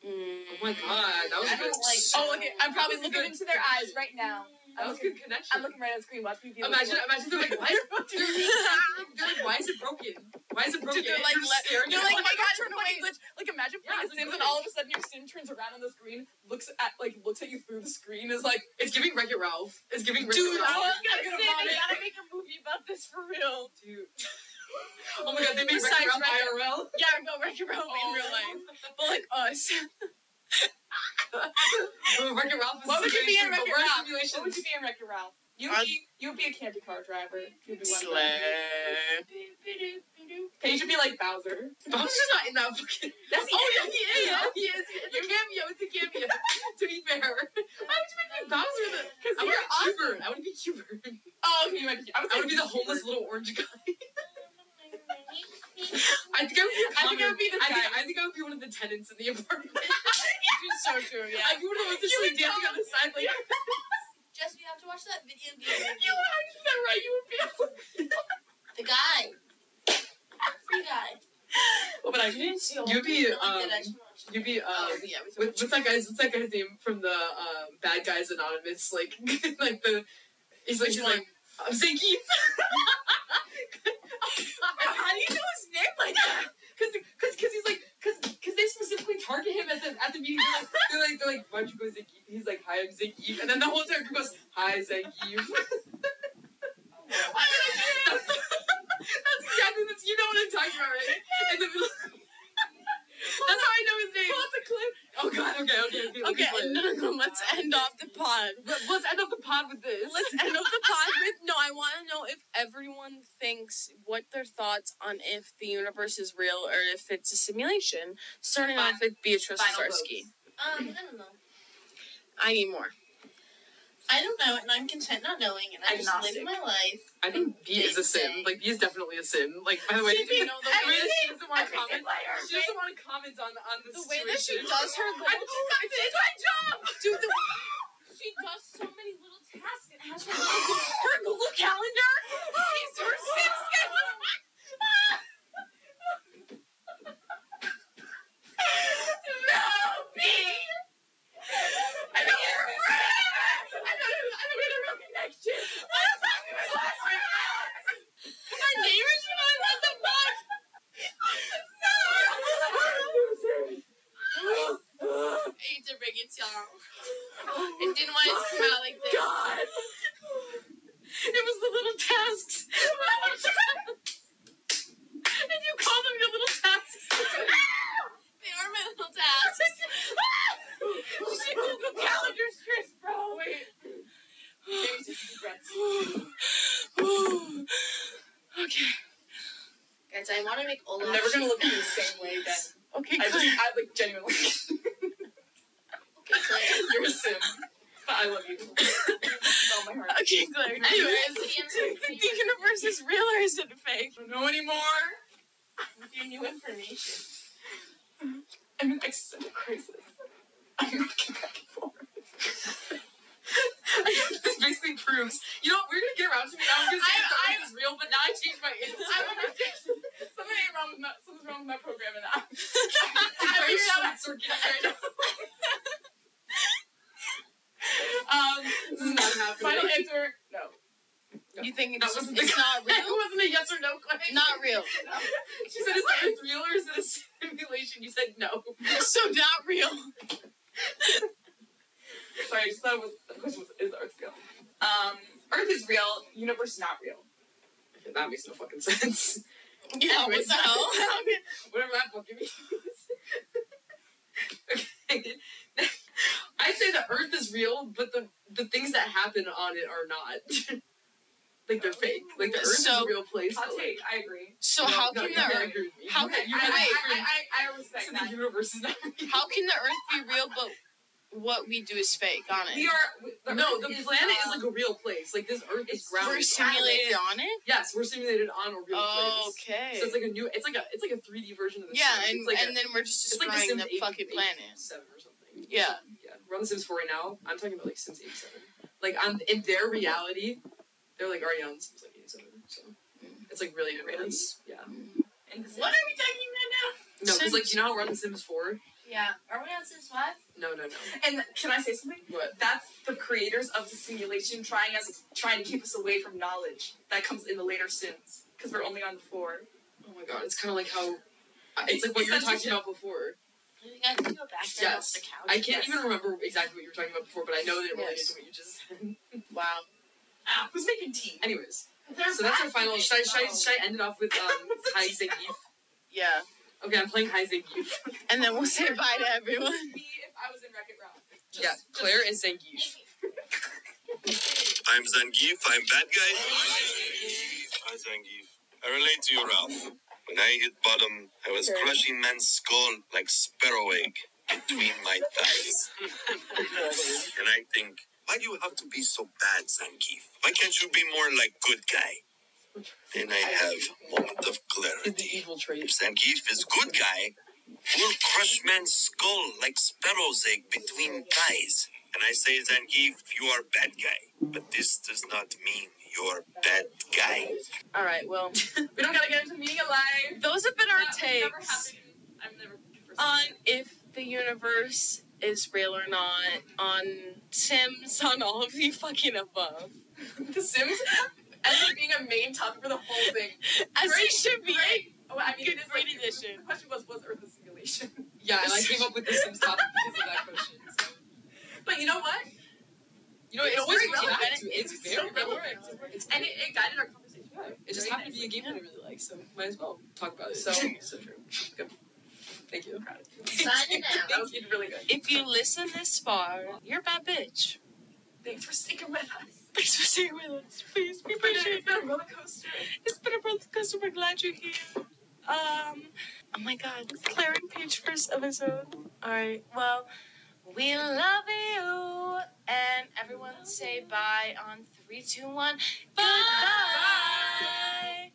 [SPEAKER 1] Oh my god, that was
[SPEAKER 2] I
[SPEAKER 1] a good.
[SPEAKER 2] don't like-
[SPEAKER 5] Oh, look! at- I'm probably
[SPEAKER 1] That was a
[SPEAKER 5] looking into
[SPEAKER 1] good
[SPEAKER 5] their eyes right now.
[SPEAKER 1] that was a good connection.
[SPEAKER 5] I'm looking right at the screen. Watch me. be looking
[SPEAKER 1] imagine,
[SPEAKER 5] like-
[SPEAKER 1] imagine they're like, why is, they're, like, why is it broken? Why is it broken?
[SPEAKER 5] Dude, they're
[SPEAKER 1] And
[SPEAKER 5] like,
[SPEAKER 1] you're
[SPEAKER 5] le-
[SPEAKER 1] staring
[SPEAKER 5] they're like,
[SPEAKER 1] at it.
[SPEAKER 5] oh my god, turn away, glitch. Like, imagine
[SPEAKER 1] Yeah,
[SPEAKER 5] playing a
[SPEAKER 1] it's like
[SPEAKER 5] Sims and
[SPEAKER 1] glitch.
[SPEAKER 5] all of a sudden your Sim turns around on the screen, looks at, like, looks at you through the screen, is like,
[SPEAKER 1] It's giving Wreck It Ralph. It's giving Wreck
[SPEAKER 5] dude,
[SPEAKER 1] It Ralph.
[SPEAKER 5] I'm gonna vomit.
[SPEAKER 3] make a movie about this for real.
[SPEAKER 1] Dude. Oh my god, they made Wreck
[SPEAKER 5] Besides
[SPEAKER 1] It Ralph
[SPEAKER 5] Wreck It-
[SPEAKER 1] IRL.
[SPEAKER 5] Yeah, no, Wreck It Ralph in real life. But, like, us.
[SPEAKER 1] Well, Wreck It Ralph is
[SPEAKER 5] What would you be in
[SPEAKER 1] simulation,
[SPEAKER 5] Wreck It
[SPEAKER 1] but we're in
[SPEAKER 5] Ralph?
[SPEAKER 1] simulation.
[SPEAKER 5] What would you be in Wreck It Ralph? You'd
[SPEAKER 3] I'd-
[SPEAKER 5] be, you'd be a candy car driver. You'd
[SPEAKER 3] Mm.
[SPEAKER 5] be one of them. Paige would be like Bowser.
[SPEAKER 1] Bob's just not in that fucking.
[SPEAKER 5] That's
[SPEAKER 1] oh yeah, he is. Yeah. he is. It's a cameo. It's a cameo. to be fair, why would you make me Bowser? The...
[SPEAKER 5] Because
[SPEAKER 1] I
[SPEAKER 5] you're
[SPEAKER 1] want to be Hubert. I want to be Hubert.
[SPEAKER 5] Oh, okay, you might be. I would, say
[SPEAKER 1] I would be the
[SPEAKER 5] Hubert.
[SPEAKER 1] homeless little orange guy. I think I would be. a
[SPEAKER 5] I think I would be the
[SPEAKER 1] common- I think,
[SPEAKER 5] guy.
[SPEAKER 1] I think I would be one of the tenants in the apartment.
[SPEAKER 5] It's so true, yeah.
[SPEAKER 1] I'd be one of the ones that's
[SPEAKER 5] You
[SPEAKER 1] like
[SPEAKER 5] would
[SPEAKER 1] dancing on the side, like
[SPEAKER 2] Jess, we have to watch that video
[SPEAKER 5] you
[SPEAKER 2] game.
[SPEAKER 5] actually that right. You would be.
[SPEAKER 2] The guy. Free guy.
[SPEAKER 1] What would I be? You'd be um.
[SPEAKER 2] That I should watch.
[SPEAKER 1] You'd be um.
[SPEAKER 2] Oh, yeah, we
[SPEAKER 1] What, what's that guy's? What's that guy's name from the um, Bad Guys Anonymous? Like, like the. He's like,
[SPEAKER 5] Which
[SPEAKER 1] he's
[SPEAKER 5] one?
[SPEAKER 1] like, I'm saying Keith.
[SPEAKER 5] How do you know his name like that?
[SPEAKER 1] Cause, cause, cause he's like, cause, cause they specifically target him at the at the meeting. They're like, they're like, they're like, why don't you go Zangief? He's like, hi, I'm Zangief. And then the whole time he goes, hi, Zangief. Oh that's, that's exactly this. You know what I'm talking about, right? And then, that's how I know his name.
[SPEAKER 3] the clip.
[SPEAKER 1] Oh God. Okay. Okay. Okay. let me
[SPEAKER 3] Okay,
[SPEAKER 1] play it.
[SPEAKER 3] no, no, no. Let's end off the pod.
[SPEAKER 1] Let, let's end up the pod with this.
[SPEAKER 3] Let's end off the pod with no. I want to know if everyone thinks what their thoughts on if the universe is real or if it's a simulation. Starting
[SPEAKER 5] Fi-
[SPEAKER 3] off with Beatrice
[SPEAKER 5] final
[SPEAKER 3] Starsky.
[SPEAKER 2] Um, I don't know.
[SPEAKER 3] I need more.
[SPEAKER 2] I don't know, and I'm content not knowing, and I just
[SPEAKER 5] Agnostic.
[SPEAKER 2] live my life.
[SPEAKER 1] I think B is a sim. Like B is definitely a sim. Like by the way,
[SPEAKER 3] She
[SPEAKER 1] did
[SPEAKER 3] thinks
[SPEAKER 1] you know the way that
[SPEAKER 5] everything-
[SPEAKER 1] she doesn't want to
[SPEAKER 5] every
[SPEAKER 1] comment.
[SPEAKER 5] layer.
[SPEAKER 1] She doesn't want to comment on on the,
[SPEAKER 3] The way
[SPEAKER 1] situation.
[SPEAKER 3] that she does her
[SPEAKER 1] I just got to do my job.
[SPEAKER 3] Dude, the
[SPEAKER 5] She does so many little tasks and has her her Google calendar. She's her Sim schedule. no, B. I know you're right. I know you- I know we had a real connection. I was talking to last week. Our neighbors should not have let the fuck.
[SPEAKER 2] I hate to bring it to y'all. I didn't want it to come out like this.
[SPEAKER 1] It was the little tasks. and you call them your little tasks.
[SPEAKER 2] They are my little tasks.
[SPEAKER 5] She Google calendar stress, bro. Wait. Maybe just deep breaths.
[SPEAKER 2] Guys, I want to make Olaf.
[SPEAKER 5] I'm never gonna look at you the same way again.
[SPEAKER 3] Okay,
[SPEAKER 5] I just,
[SPEAKER 3] Claire.
[SPEAKER 5] I like genuinely.
[SPEAKER 2] Okay, Claire.
[SPEAKER 5] You're a sim, but I love you. With all my heart.
[SPEAKER 3] Okay, Claire.
[SPEAKER 2] Anyways,
[SPEAKER 3] Anyways, do you think the universe is real or is it fake?
[SPEAKER 5] I don't know anymore. With your new information. I'm an existential crisis. I'm not getting back and forth.
[SPEAKER 1] this basically proves. You know what? We're gonna get around to me. I was gonna say
[SPEAKER 5] I-
[SPEAKER 1] that
[SPEAKER 5] I-
[SPEAKER 1] this is real, but now I changed my answer.
[SPEAKER 5] I'm gonna fix something ain't wrong with my something's wrong with my program and I.
[SPEAKER 1] I'm
[SPEAKER 5] I
[SPEAKER 1] very
[SPEAKER 5] figured out
[SPEAKER 1] short circuited right now.
[SPEAKER 5] Um,
[SPEAKER 1] This is not happening.
[SPEAKER 5] final answer. No.
[SPEAKER 3] You think
[SPEAKER 1] That
[SPEAKER 3] it's,
[SPEAKER 1] wasn't the-
[SPEAKER 3] it's not
[SPEAKER 1] It
[SPEAKER 3] real?
[SPEAKER 1] wasn't a yes or no question.
[SPEAKER 3] Not real.
[SPEAKER 1] She said, is it real or is it a simulation? You said no.
[SPEAKER 3] So not real.
[SPEAKER 5] Sorry, I just thought it was the question was is Earth real? Um, Earth is real. Universe is not real.
[SPEAKER 1] That makes no fucking sense.
[SPEAKER 3] Yeah, what the hell?
[SPEAKER 1] Whatever that fucking means. okay. I'd say the Earth is real, but the the things that happen on it are not. like they're fake. Like the Earth is
[SPEAKER 3] So-
[SPEAKER 1] a real place.
[SPEAKER 5] Hot
[SPEAKER 1] but, like-
[SPEAKER 5] take. I agree.
[SPEAKER 3] So
[SPEAKER 1] No,
[SPEAKER 3] how
[SPEAKER 1] no,
[SPEAKER 3] can
[SPEAKER 1] you
[SPEAKER 3] the
[SPEAKER 1] gotta
[SPEAKER 3] earth
[SPEAKER 1] agree with me.
[SPEAKER 3] how
[SPEAKER 1] You
[SPEAKER 3] can-
[SPEAKER 1] gotta- you
[SPEAKER 5] I,
[SPEAKER 1] gotta
[SPEAKER 5] I,
[SPEAKER 1] agree.
[SPEAKER 5] I, I, I respect
[SPEAKER 1] So
[SPEAKER 5] that.
[SPEAKER 1] the universe is not real.
[SPEAKER 3] how can the earth be real but what we do is fake on
[SPEAKER 5] We
[SPEAKER 3] it?
[SPEAKER 5] are. The
[SPEAKER 1] no,
[SPEAKER 5] Earth
[SPEAKER 1] the planet is
[SPEAKER 5] uh,
[SPEAKER 1] like a real place. Like this Earth is
[SPEAKER 5] it's
[SPEAKER 1] grounded.
[SPEAKER 3] We're simulated on it?
[SPEAKER 1] Yes, we're simulated on a real place.
[SPEAKER 3] Okay.
[SPEAKER 1] So it's like a new. It's like a. It's like a three D version of the.
[SPEAKER 3] yeah,
[SPEAKER 1] Sims.
[SPEAKER 3] and,
[SPEAKER 1] it's like
[SPEAKER 3] and
[SPEAKER 1] a,
[SPEAKER 3] then we're just
[SPEAKER 1] it's like the
[SPEAKER 3] destroying
[SPEAKER 1] Sims
[SPEAKER 3] the fucking
[SPEAKER 1] 88,
[SPEAKER 3] planet.
[SPEAKER 1] 7 or something.
[SPEAKER 3] Yeah.
[SPEAKER 1] Yeah. we're on The Sims 4 right now. I'm talking about like Sims 87. Like I'm in their reality, they're like already on Sims like 87. So it's like really advanced. Yeah.
[SPEAKER 5] And this
[SPEAKER 2] What are we talking about
[SPEAKER 1] No, because like you know how we're on The Sims 4?
[SPEAKER 2] now? Yeah. Are we on Sims 5?
[SPEAKER 1] No, no, no.
[SPEAKER 5] And can I say something?
[SPEAKER 1] What?
[SPEAKER 5] That's the creators of the simulation trying us trying to keep us away from knowledge that comes in the later sins because we're only on the four.
[SPEAKER 1] Oh my god, it's kind of like how. It's like what you were talking about before.
[SPEAKER 2] You guys can go back there
[SPEAKER 1] Yes.
[SPEAKER 2] off the couch.
[SPEAKER 1] I can't
[SPEAKER 5] Yes.
[SPEAKER 1] even remember exactly what you were talking about before, but I know that it related to what you just said.
[SPEAKER 3] Wow.
[SPEAKER 5] Ah, who's making tea?
[SPEAKER 1] Anyways,
[SPEAKER 2] They're
[SPEAKER 1] so that's our
[SPEAKER 2] back
[SPEAKER 1] final.
[SPEAKER 2] in it.
[SPEAKER 1] Should I, should I,
[SPEAKER 2] Oh.
[SPEAKER 1] should I end it off with um, High Ziggy?
[SPEAKER 3] Yeah.
[SPEAKER 1] Okay, I'm playing High Zangief.
[SPEAKER 3] And then we'll say bye to everyone.
[SPEAKER 5] Me if I was in Wreck-It Ralph. Just-
[SPEAKER 1] Yeah, Claire is Zangief.
[SPEAKER 7] I'm Zangief. I'm bad guy. I'm Zangief. I relate to you, Ralph. When I hit bottom, I was crushing man's skull like sparrow egg between my thighs. and I think, why do you have to be so bad, Zangief? Why can't you be more like good guy? Then I have moment of
[SPEAKER 1] It's the
[SPEAKER 7] clarity.
[SPEAKER 1] evil trait.
[SPEAKER 7] If Zangief is good guy, we'll crush man's skull like sparrow's egg between thighs. And I say, Zangief, you are bad guy. But this does not mean you're bad guy.
[SPEAKER 3] All right. Well,
[SPEAKER 5] We don't gotta get into meeting alive.
[SPEAKER 3] those have been our
[SPEAKER 5] That would never
[SPEAKER 3] takes
[SPEAKER 5] happen. I'm never good for
[SPEAKER 3] on
[SPEAKER 5] something.
[SPEAKER 3] if the universe is real or not, on Sims, on all of the fucking above,
[SPEAKER 5] The Sims ends up being a main topic for the whole thing.
[SPEAKER 3] as
[SPEAKER 5] Great,
[SPEAKER 3] it should be.
[SPEAKER 5] Great. Oh, I mean,
[SPEAKER 3] Good-
[SPEAKER 5] it is
[SPEAKER 3] great
[SPEAKER 5] like,
[SPEAKER 3] addition.
[SPEAKER 5] The question was, was Earth a simulation?
[SPEAKER 1] Yeah, and I came up with the Sims topic because of that question. So.
[SPEAKER 5] But you know what?
[SPEAKER 1] You know, it's,
[SPEAKER 5] It's
[SPEAKER 1] always
[SPEAKER 5] very
[SPEAKER 1] relevant.
[SPEAKER 5] relevant.
[SPEAKER 1] to- It's,
[SPEAKER 5] It's
[SPEAKER 1] very
[SPEAKER 5] so
[SPEAKER 1] relevant.
[SPEAKER 5] relevant.
[SPEAKER 1] It's
[SPEAKER 5] And it, it guided our conversation.
[SPEAKER 1] yeah, it just
[SPEAKER 5] Very
[SPEAKER 1] happened to be a
[SPEAKER 5] nicely.
[SPEAKER 1] game that I really like, so might as well talk about it.
[SPEAKER 5] So-
[SPEAKER 1] So, so true. Good. Thank you.
[SPEAKER 2] Signing out.
[SPEAKER 5] That was really good.
[SPEAKER 3] If you listen this far, you're a bad bitch.
[SPEAKER 5] Thanks for sticking with us.
[SPEAKER 3] Thanks for staying with us. Please, we appreciate
[SPEAKER 5] It's
[SPEAKER 3] it.
[SPEAKER 5] been a roller coaster.
[SPEAKER 3] It's been a roller coaster. We're glad you're here. Um, oh my God, Claire and Paige first episode. All right. Well, we love you, and everyone say bye on three, two, one. Goodbye.